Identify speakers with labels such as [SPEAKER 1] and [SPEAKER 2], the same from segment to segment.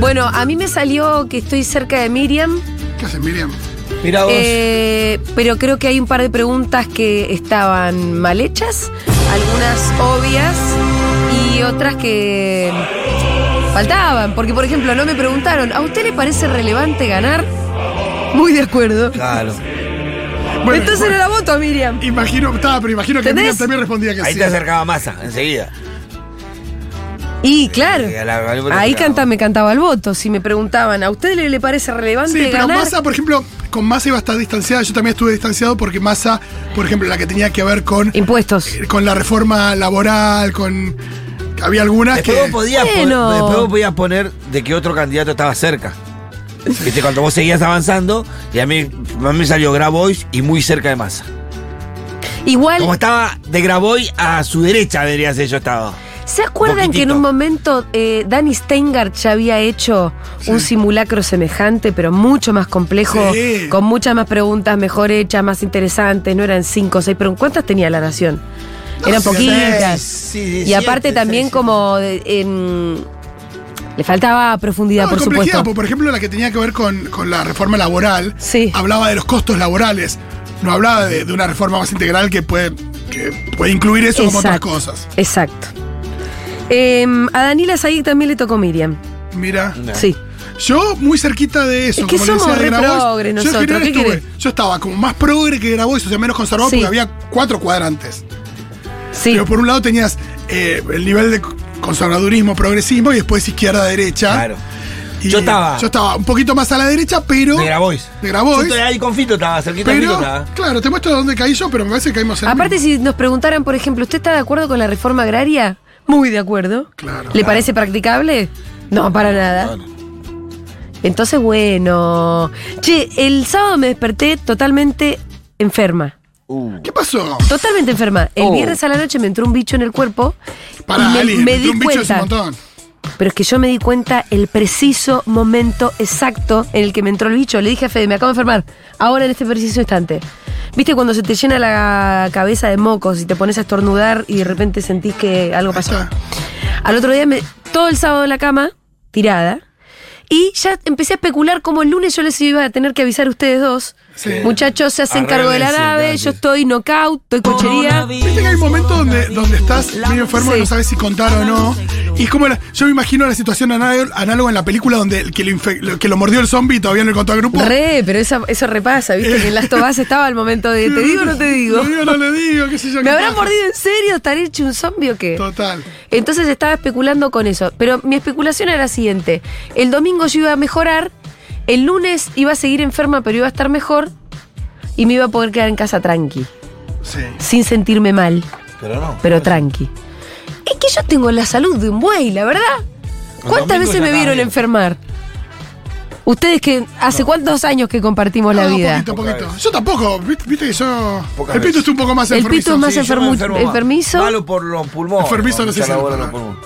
[SPEAKER 1] Bueno, a mí me salió que estoy cerca de Miriam,
[SPEAKER 2] ¿Qué haces, Miriam?
[SPEAKER 3] Mira vos.
[SPEAKER 1] eh, pero creo que hay un par de preguntas que estaban mal hechas, algunas obvias y otras que faltaban. Porque, por ejemplo, no me preguntaron, ¿a usted le parece relevante ganar? Muy de acuerdo.
[SPEAKER 3] claro.
[SPEAKER 2] Bueno,
[SPEAKER 1] Entonces
[SPEAKER 2] bueno,
[SPEAKER 1] era la voto, Miriam.
[SPEAKER 2] Imagino, estaba, pero imagino que
[SPEAKER 1] ¿Entendés?
[SPEAKER 2] Miriam también respondía que
[SPEAKER 3] Ahí
[SPEAKER 2] sí.
[SPEAKER 3] te acercaba masa, enseguida.
[SPEAKER 1] Y claro,
[SPEAKER 3] Sí, a la- al voto
[SPEAKER 1] ahí
[SPEAKER 3] claro.
[SPEAKER 1] canta, me cantaba el voto. Si me preguntaban, ¿a usted le, le parece relevante
[SPEAKER 2] Sí, pero
[SPEAKER 1] ganar?
[SPEAKER 2] Massa, por ejemplo, con Massa iba a estar distanciada. Yo también estuve distanciado porque Massa, por ejemplo, la que tenía que ver con,
[SPEAKER 1] Impuestos.
[SPEAKER 3] Eh,
[SPEAKER 2] con la reforma laboral, con. Había algunas
[SPEAKER 3] Después
[SPEAKER 2] que.
[SPEAKER 3] vos, podías pon-
[SPEAKER 1] Bueno.
[SPEAKER 3] después vos podías poner de que otro candidato estaba cerca. Viste, cuando vos seguías avanzando, y a mí, a mí me salió Grabois y muy cerca de Massa.
[SPEAKER 1] Igual,
[SPEAKER 3] Como estaba de Grabois a su derecha, debería ser yo estaba.
[SPEAKER 1] ¿se acuerdan
[SPEAKER 3] Poquitito.
[SPEAKER 1] que en un momento eh, Danny Steingart ya había hecho un simulacro semejante, pero mucho más complejo,
[SPEAKER 2] Sí.
[SPEAKER 1] con muchas más preguntas mejor hechas, más interesantes? No eran cinco o seis, pero ¿cuántas tenía la nación? Eran
[SPEAKER 2] sí,
[SPEAKER 1] poquitas.
[SPEAKER 3] seis, sí,
[SPEAKER 1] y aparte
[SPEAKER 3] siete,
[SPEAKER 1] también
[SPEAKER 3] seis,
[SPEAKER 1] como... de- en- le faltaba profundidad,
[SPEAKER 2] No,
[SPEAKER 1] por
[SPEAKER 2] complejidad,
[SPEAKER 1] supuesto.
[SPEAKER 2] porque, pues, por ejemplo, la que tenía que ver con, con la reforma laboral.
[SPEAKER 1] Sí.
[SPEAKER 2] Hablaba de los costos laborales. No hablaba de, de una reforma más integral que puede, que puede incluir eso como otras
[SPEAKER 1] Exacto,
[SPEAKER 2] cosas.
[SPEAKER 1] Exacto. Em, a Daniela Saig también le tocó Miriam.
[SPEAKER 2] Mira.
[SPEAKER 3] No.
[SPEAKER 1] Sí.
[SPEAKER 2] Yo muy cerquita de eso.
[SPEAKER 1] Es que
[SPEAKER 2] como le decía,
[SPEAKER 1] somos
[SPEAKER 2] de
[SPEAKER 1] re
[SPEAKER 2] Grabois,
[SPEAKER 1] progre
[SPEAKER 2] yo en
[SPEAKER 1] nosotros,
[SPEAKER 2] general
[SPEAKER 1] ¿qué
[SPEAKER 2] estuve-
[SPEAKER 1] querés?
[SPEAKER 2] Yo estaba como más progre que Grabois, o sea, menos conservador,
[SPEAKER 1] Sí.
[SPEAKER 2] porque había cuatro cuadrantes.
[SPEAKER 1] Sí.
[SPEAKER 2] Pero por un lado tenías eh, el nivel de conservadurismo, progresismo, y después izquierda-derecha.
[SPEAKER 3] Claro.
[SPEAKER 2] Y
[SPEAKER 3] Yo estaba-
[SPEAKER 2] Yo estaba un poquito más a la derecha, pero.
[SPEAKER 3] De Grabois.
[SPEAKER 2] De Grabois.
[SPEAKER 3] Yo estoy ahí con Fito, estaba cerquita de Fito,
[SPEAKER 2] Pero,
[SPEAKER 3] estaba.
[SPEAKER 2] claro, te muestro dónde caí yo, pero me parece que caímos en. el
[SPEAKER 1] Aparte,
[SPEAKER 2] mismo.
[SPEAKER 1] si nos preguntaran, por ejemplo, ¿usted está de acuerdo con la reforma agraria? Muy de acuerdo.
[SPEAKER 2] Claro,
[SPEAKER 1] ¿Le
[SPEAKER 2] claro.
[SPEAKER 1] parece practicable? No, para nada. Entonces, bueno. Che, el sábado me desperté totalmente enferma.
[SPEAKER 3] Uh.
[SPEAKER 2] ¿Qué pasó?
[SPEAKER 1] Totalmente enferma. El
[SPEAKER 3] Oh.
[SPEAKER 1] viernes a la noche me entró un bicho en el cuerpo.
[SPEAKER 2] Para
[SPEAKER 1] y me,
[SPEAKER 2] Ali,
[SPEAKER 1] me
[SPEAKER 2] metí
[SPEAKER 1] di
[SPEAKER 2] un bicho es un
[SPEAKER 1] cuenta.
[SPEAKER 2] montón.
[SPEAKER 1] Pero es que yo me di cuenta el preciso momento exacto en el que me entró el bicho. Le dije a Fede, me acabo de enfermar. Ahora en este preciso instante. ¿Viste cuando se te llena la cabeza de mocos y te pones a estornudar y de repente sentís que algo pasó?
[SPEAKER 2] Ahí está.
[SPEAKER 1] Al otro día, me, todo el sábado en la cama, tirada. Y ya empecé a especular cómo el lunes yo les iba a tener que avisar a ustedes dos.
[SPEAKER 2] Sí.
[SPEAKER 1] Muchachos, se hacen cargo de la
[SPEAKER 3] Arreglense,
[SPEAKER 1] nave,
[SPEAKER 3] gracias.
[SPEAKER 1] yo estoy knockout, estoy cochería.
[SPEAKER 2] Viste que hay un momento donde, donde estás medio enfermo y
[SPEAKER 1] Sí.
[SPEAKER 2] no sabes si contar o no. Y es como la- yo me imagino la situación anál- análoga en la película donde el que lo, infe- lo que lo mordió el zombie todavía no le contó al grupo.
[SPEAKER 1] Re, pero esa- eso repasa, ¿viste? Que en las tobas estaba el momento de te digo o no te digo.
[SPEAKER 2] Lo digo, Mm. no le digo, qué sé yo.
[SPEAKER 1] ¿Me
[SPEAKER 2] qué
[SPEAKER 1] habrán
[SPEAKER 2] pasa.
[SPEAKER 1] mordido en serio? ¿Estaré hecho un zombie o qué?
[SPEAKER 2] Total.
[SPEAKER 1] Entonces estaba especulando con eso. Pero mi especulación era la siguiente. El domingo yo iba a mejorar, el lunes iba a seguir enferma, pero iba a estar mejor y me iba a poder quedar en casa tranqui,
[SPEAKER 2] Sí.
[SPEAKER 1] sin sentirme mal,
[SPEAKER 3] Pero no.
[SPEAKER 1] pero tranqui. Es que yo tengo la salud de un buey, la verdad.
[SPEAKER 3] El
[SPEAKER 1] ¿Cuántas
[SPEAKER 3] domingo
[SPEAKER 1] veces
[SPEAKER 3] ya
[SPEAKER 1] me
[SPEAKER 3] estaba
[SPEAKER 1] vieron
[SPEAKER 3] bien.
[SPEAKER 1] enfermar? Ustedes que hace cuántos años que compartimos la
[SPEAKER 2] No,
[SPEAKER 1] vida.
[SPEAKER 2] Poquito,
[SPEAKER 3] Pocas
[SPEAKER 2] poquito.
[SPEAKER 3] veces.
[SPEAKER 2] Yo tampoco, viste, viste que yo.
[SPEAKER 3] Pocas
[SPEAKER 2] el pito
[SPEAKER 3] veces.
[SPEAKER 2] está un poco más
[SPEAKER 1] El
[SPEAKER 2] enfermizo.
[SPEAKER 1] pito más
[SPEAKER 2] sí.
[SPEAKER 3] yo me
[SPEAKER 1] enfermu-
[SPEAKER 3] enfermo más.
[SPEAKER 1] enfermizo.
[SPEAKER 3] Malo por los pulmones.
[SPEAKER 2] Enfermizo no se
[SPEAKER 3] Mucha
[SPEAKER 2] sabe,
[SPEAKER 3] labor en los
[SPEAKER 2] ¿no?
[SPEAKER 3] pulmones.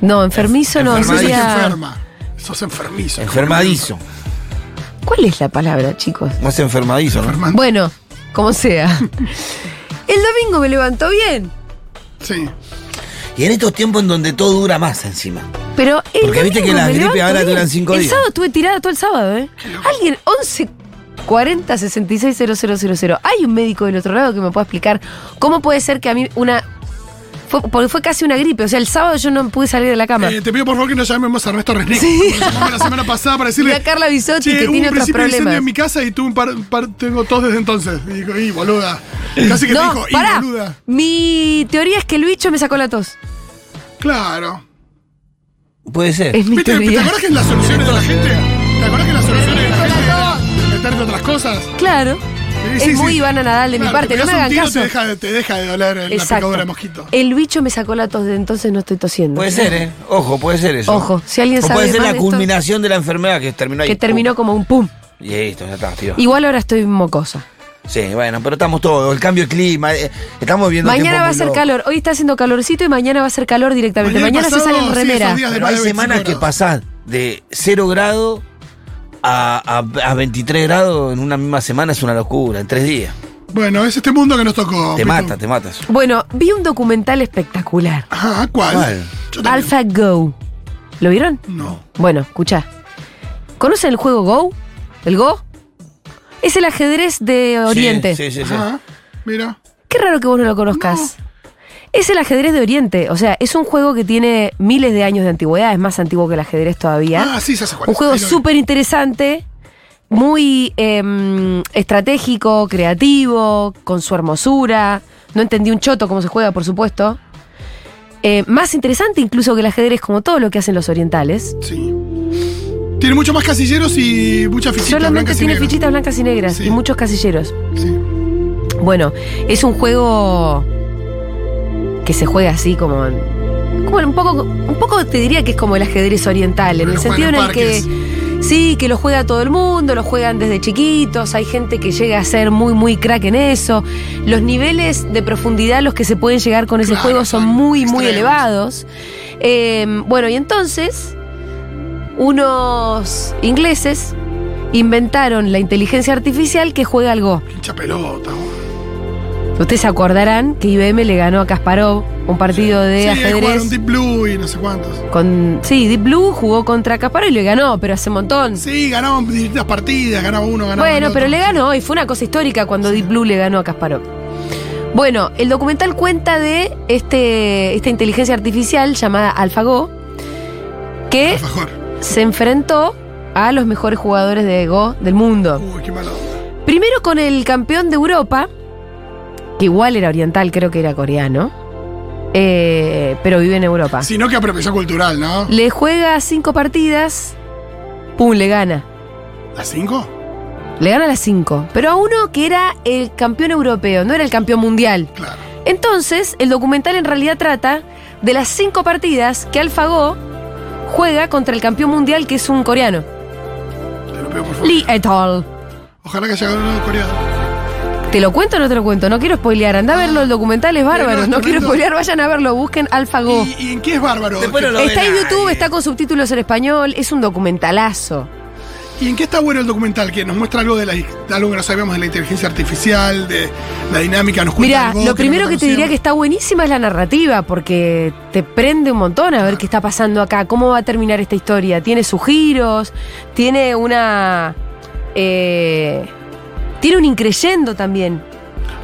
[SPEAKER 1] No, enfermizo no,
[SPEAKER 2] Enferma-
[SPEAKER 3] enfermadizo.
[SPEAKER 1] sería-
[SPEAKER 2] sos enferma. Sos enfermizo.
[SPEAKER 3] Enfermadizo.
[SPEAKER 1] ¿Cuál es la palabra, chicos?
[SPEAKER 3] Más enfermadizo, ¿no?
[SPEAKER 2] Enferma-
[SPEAKER 1] Bueno, como sea. El domingo me levantó bien,
[SPEAKER 2] Sí.
[SPEAKER 3] Y en estos tiempos en donde todo dura más encima.
[SPEAKER 1] pero el
[SPEAKER 3] Porque viste
[SPEAKER 1] domingo
[SPEAKER 3] que las
[SPEAKER 1] me
[SPEAKER 3] gripes
[SPEAKER 1] levanto
[SPEAKER 3] ahora
[SPEAKER 1] bien.
[SPEAKER 3] duran cinco
[SPEAKER 1] El
[SPEAKER 3] días.
[SPEAKER 1] sábado estuve tirada todo el sábado, ¿eh? Alguien, 11 40 66 000. Hay un médico del otro lado que me pueda explicar cómo puede ser que a mí una. fue- porque fue casi una gripe, o sea, el sábado yo no pude salir de la cama.
[SPEAKER 2] Eh, te pido por favor que no llamemos a Ernesto Resnick. Como lo llamamos la semana pasada para
[SPEAKER 1] y
[SPEAKER 2] decirle.
[SPEAKER 1] a Carla Bisotti
[SPEAKER 2] Che,
[SPEAKER 1] que
[SPEAKER 2] hubo
[SPEAKER 1] tiene
[SPEAKER 2] un
[SPEAKER 1] otros
[SPEAKER 2] principio de incendio
[SPEAKER 1] problemas.
[SPEAKER 2] en mi casa y tuve un par, un par- tengo tos desde entonces. Y digo, y boluda. Casi que te dijo, y
[SPEAKER 1] pará.
[SPEAKER 2] boluda.
[SPEAKER 1] Mi teoría es que el bicho me sacó la tos.
[SPEAKER 2] Claro.
[SPEAKER 3] Puede ser.
[SPEAKER 1] Es mi
[SPEAKER 2] ¿Viste? ¿Te
[SPEAKER 1] teoría.
[SPEAKER 2] acuerdas que es las soluciones de la gente? ¿Te acuerdas que las soluciones de la gente era meterte otras cosas?
[SPEAKER 1] Claro.
[SPEAKER 2] Sí,
[SPEAKER 1] es
[SPEAKER 2] sí,
[SPEAKER 1] muy
[SPEAKER 2] sí.
[SPEAKER 1] Ivana Nadal de mi
[SPEAKER 2] Claro,
[SPEAKER 1] parte,
[SPEAKER 2] te
[SPEAKER 1] no me
[SPEAKER 2] pegás un
[SPEAKER 1] hagan caso.
[SPEAKER 2] tiro, Te deja, de- te deja de doler el- la
[SPEAKER 1] Exacto.
[SPEAKER 2] picadura de mosquito.
[SPEAKER 1] El bicho me sacó la tos de entonces no estoy tosiendo.
[SPEAKER 3] Puede ser, ¿eh? Ojo, puede ser eso.
[SPEAKER 1] Ojo, si alguien
[SPEAKER 3] O
[SPEAKER 1] sabe
[SPEAKER 3] puede ser
[SPEAKER 1] más
[SPEAKER 3] la
[SPEAKER 1] de esto-
[SPEAKER 3] culminación de la enfermedad que terminó ahí.
[SPEAKER 1] Que terminó como un pum.
[SPEAKER 3] Y listo, ya está, tío.
[SPEAKER 1] Igual ahora estoy mocosa.
[SPEAKER 3] Sí, bueno, pero estamos todos. El cambio de clima. eh, estamos viendo
[SPEAKER 1] mañana va a ser calor. Hoy está haciendo calorcito y mañana va a ser calor directamente. Mañana, se
[SPEAKER 2] pasado,
[SPEAKER 1] sale en
[SPEAKER 2] sí,
[SPEAKER 1] remera.
[SPEAKER 2] esos días de
[SPEAKER 3] Pero
[SPEAKER 2] más
[SPEAKER 3] hay
[SPEAKER 2] de 25
[SPEAKER 3] semanas que
[SPEAKER 2] grados.
[SPEAKER 3] pasás de 0 grado a, a- a 23 grados en una misma semana. Es una locura, en tres días.
[SPEAKER 2] Bueno, es este mundo que nos tocó.
[SPEAKER 3] Te
[SPEAKER 2] Pitu.
[SPEAKER 3] mata, te matas.
[SPEAKER 1] bueno, vi un documental espectacular.
[SPEAKER 2] Ajá, Ah, ¿cuál?
[SPEAKER 3] ¿Cuál?
[SPEAKER 2] Yo también.
[SPEAKER 1] Alpha Go. ¿Lo vieron?
[SPEAKER 2] No.
[SPEAKER 1] Bueno, escucha. ¿Conocen el juego Go? ¿El Go? Es el ajedrez de Oriente.
[SPEAKER 3] Sí, sí, sí. sí.
[SPEAKER 2] Ajá, mira.
[SPEAKER 1] Qué raro que vos no lo conozcas. Es el ajedrez de Oriente, o sea, es un juego que tiene miles de años de antigüedad, es más antiguo que el ajedrez todavía.
[SPEAKER 2] Ah, sí, se hace
[SPEAKER 1] un juego súper interesante, muy em, estratégico, creativo, con su hermosura. No entendí un choto cómo se juega, por supuesto. Eh, más interesante incluso que el ajedrez, como todo lo que hacen los orientales.
[SPEAKER 2] Sí. Tiene mucho más casilleros y muchas fichitas
[SPEAKER 1] Solamente
[SPEAKER 2] blancas y
[SPEAKER 1] tiene
[SPEAKER 2] negras.
[SPEAKER 1] fichitas blancas y negras
[SPEAKER 2] Sí.
[SPEAKER 1] y muchos casilleros.
[SPEAKER 2] Sí.
[SPEAKER 1] Bueno, es un juego que se juega así como, como un poco un poco te diría que es como el ajedrez oriental en
[SPEAKER 2] Lo
[SPEAKER 1] el
[SPEAKER 2] juegan
[SPEAKER 1] sentido en
[SPEAKER 2] en
[SPEAKER 1] el que sí, que lo juega todo el mundo, lo juegan desde chiquitos, hay gente que llega a ser muy muy crack en eso. Los niveles de profundidad a los que se pueden llegar con ese
[SPEAKER 2] Claro,
[SPEAKER 1] juego son
[SPEAKER 2] son
[SPEAKER 1] muy muy
[SPEAKER 2] extremos.
[SPEAKER 1] elevados. Eh, bueno, y entonces unos ingleses inventaron la inteligencia artificial que juega al Go.
[SPEAKER 2] Pincha pelota. güey.
[SPEAKER 1] Ustedes se acordarán que IBM le ganó a Kasparov un partido de
[SPEAKER 2] Sí, ahí
[SPEAKER 1] ajedrez.
[SPEAKER 2] jugaron Deep Blue y no sé cuántos.
[SPEAKER 1] Con, sí, Deep Blue jugó contra Kasparov y le ganó, pero hace un montón.
[SPEAKER 2] Sí, ganaban distintas partidas, ganaba uno, ganaba
[SPEAKER 1] bueno,
[SPEAKER 2] el otro.
[SPEAKER 1] pero le ganó y fue una cosa histórica cuando Deep Blue le ganó a Kasparov. Bueno, el documental cuenta de este, esta inteligencia artificial llamada AlphaGo que
[SPEAKER 2] Alfajor.
[SPEAKER 1] se enfrentó a los mejores jugadores de Go del mundo.
[SPEAKER 2] Uy, qué mala onda.
[SPEAKER 1] Primero con el campeón de Europa, que igual era oriental, creo que era coreano, eh, pero vive en Europa.
[SPEAKER 2] Sino que apropiación cultural, ¿no?
[SPEAKER 1] Le juega cinco partidas, pum, le gana.
[SPEAKER 2] ¿Las cinco?
[SPEAKER 1] Le gana las cinco. Pero a uno que era el campeón europeo, no era el campeón mundial.
[SPEAKER 2] Claro.
[SPEAKER 1] Entonces, el documental en realidad trata de las cinco partidas que AlphaGo juega contra el campeón mundial, que es un coreano,
[SPEAKER 2] Te lo pido, por favor.
[SPEAKER 1] Lee et al.
[SPEAKER 2] Ojalá que haya ganado el coreano.
[SPEAKER 1] ¿Te lo cuento o no te lo cuento? No quiero spoilear. Anda a verlo, el documental es
[SPEAKER 2] no,
[SPEAKER 1] bárbaro.
[SPEAKER 2] es
[SPEAKER 1] No quiero
[SPEAKER 2] tremendo.
[SPEAKER 1] spoilear, vayan a verlo, busquen AlphaGo.
[SPEAKER 2] ¿Y, y en qué es bárbaro?
[SPEAKER 3] Después no lo
[SPEAKER 1] Está
[SPEAKER 3] ve
[SPEAKER 1] en
[SPEAKER 3] nadie.
[SPEAKER 2] eh.
[SPEAKER 1] YouTube, está con subtítulos en español, es un documentalazo.
[SPEAKER 2] ¿Y en qué está bueno el documental? Que nos muestra algo de la, algo que no sabíamos de la inteligencia artificial, de la dinámica, nos cuenta
[SPEAKER 1] Mirá,
[SPEAKER 2] algo
[SPEAKER 1] lo primero
[SPEAKER 2] no
[SPEAKER 1] que te diría que
[SPEAKER 2] conocíamos.
[SPEAKER 1] está buenísima es la narrativa, porque te prende un montón a ver qué está pasando acá, cómo va a terminar esta historia. Tiene sus giros, tiene una. eh, tiene un increyendo también.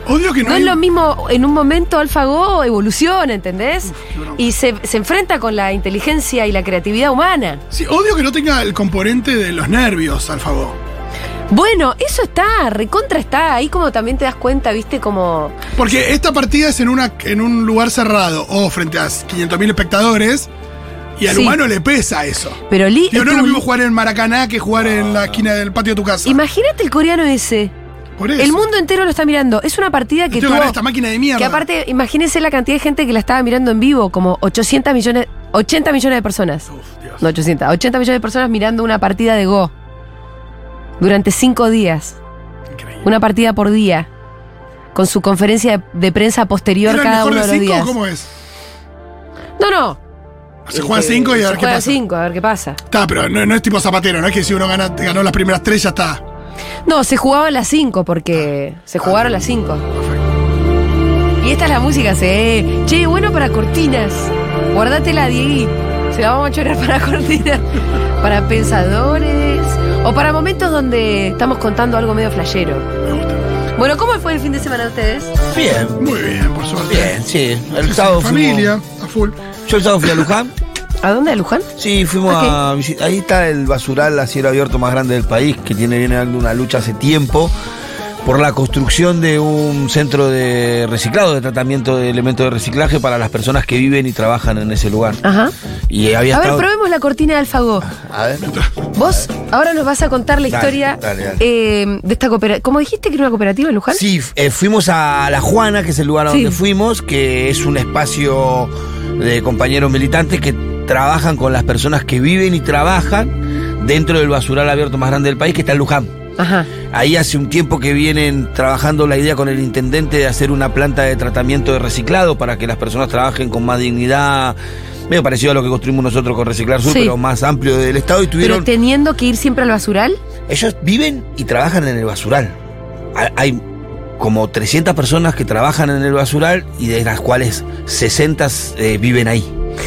[SPEAKER 2] Odio que no,
[SPEAKER 1] No es
[SPEAKER 2] hay-
[SPEAKER 1] lo mismo, en un momento AlphaGo evoluciona, ¿entendés?
[SPEAKER 2] Uf, qué bronca.
[SPEAKER 1] Y se, se enfrenta con la inteligencia y la creatividad humana.
[SPEAKER 2] Sí, odio que no tenga el componente de los nervios, al favor.
[SPEAKER 1] Bueno, eso está, recontra está, ahí como también te das cuenta, viste, como...
[SPEAKER 2] Porque esta partida es en, una, en un lugar cerrado o frente a 500.000 espectadores y al
[SPEAKER 1] Sí.
[SPEAKER 2] humano le pesa eso.
[SPEAKER 1] Pero Lee...
[SPEAKER 2] Digo, no es
[SPEAKER 1] estuvo-
[SPEAKER 2] lo mismo jugar en Maracaná que jugar en la esquina del patio de tu casa.
[SPEAKER 1] Imagínate el coreano ese.
[SPEAKER 2] Por eso.
[SPEAKER 1] El mundo entero lo está mirando. Es una partida que
[SPEAKER 2] Yo tengo que ganar esta
[SPEAKER 1] tuvo...
[SPEAKER 2] máquina de mierda.
[SPEAKER 1] Que aparte, imagínense la cantidad de gente que la estaba mirando en vivo, como 800 millones, 80 millones de personas.
[SPEAKER 2] Uf, Dios.
[SPEAKER 1] No 800, 80 millones de personas mirando una partida de Go. Durante cinco días.
[SPEAKER 2] Increíble.
[SPEAKER 1] Una partida por día. Con su conferencia de, de prensa posterior
[SPEAKER 2] ¿Era el
[SPEAKER 1] cada
[SPEAKER 2] mejor
[SPEAKER 1] uno
[SPEAKER 2] de
[SPEAKER 1] de los
[SPEAKER 2] cinco?
[SPEAKER 1] días.
[SPEAKER 2] ¿Cómo es?
[SPEAKER 1] No, no.
[SPEAKER 2] Se juegan cinco y a ver
[SPEAKER 1] Se
[SPEAKER 2] qué
[SPEAKER 1] juega
[SPEAKER 2] pasa.
[SPEAKER 1] cinco, a ver qué pasa.
[SPEAKER 2] Está, pero no, no es tipo zapatero, no es que si uno gana, ganó las primeras tres ya está.
[SPEAKER 1] No, se jugaban las 5 porque se jugaron las 5. Y esta es la música, sí. Che, bueno para cortinas. Guardatela, Diegui. Se la vamos a chorar para cortinas. Para pensadores. O para momentos donde estamos contando algo medio flashero.
[SPEAKER 2] Me gusta.
[SPEAKER 1] Bueno, ¿cómo fue el fin de semana de ustedes?
[SPEAKER 3] Bien,
[SPEAKER 2] Muy bien, por suerte.
[SPEAKER 3] bien, sí. El sábado
[SPEAKER 2] Familia, a full.
[SPEAKER 3] fuimos. Yo el sábado fui a Luján.
[SPEAKER 1] ¿A dónde, a Luján?
[SPEAKER 3] Sí, fuimos a visitar. Ahí está el basural a cielo abierto más grande del país, que tiene viene dando una lucha hace tiempo por la construcción de un centro de reciclado, de tratamiento de elementos de reciclaje para las personas que viven y trabajan en ese lugar.
[SPEAKER 1] Ajá.
[SPEAKER 3] Y había
[SPEAKER 1] Ah. A ver,
[SPEAKER 3] estado-
[SPEAKER 1] probemos la cortina de Alfago.
[SPEAKER 3] A ver.
[SPEAKER 1] Vos ahora nos vas a contar la
[SPEAKER 3] Dale,
[SPEAKER 1] historia
[SPEAKER 3] dale, dale.
[SPEAKER 1] eh, de esta cooperativa. ¿Cómo dijiste que era una cooperativa en Luján?
[SPEAKER 3] Sí, f- eh, fuimos a La Juana, que es el lugar a
[SPEAKER 1] Sí.
[SPEAKER 3] donde fuimos, que es un espacio de compañeros militantes que trabajan con las personas que viven y trabajan dentro del basural abierto más grande del país, que está en Luján.
[SPEAKER 1] Ajá.
[SPEAKER 3] Ahí hace un tiempo que vienen trabajando la idea con el intendente de hacer una planta de tratamiento de reciclado para que las personas trabajen con más dignidad, medio parecido a lo que construimos nosotros con Reciclar Sur,
[SPEAKER 1] Sí.
[SPEAKER 3] pero más amplio del Estado y
[SPEAKER 1] Pero
[SPEAKER 3] tuvieron...
[SPEAKER 1] teniendo que ir siempre al basural.
[SPEAKER 3] Ellos viven y trabajan en el basural. Ha- Hay como 300 personas que trabajan en el basural y de las cuales 60 eh, viven ahí.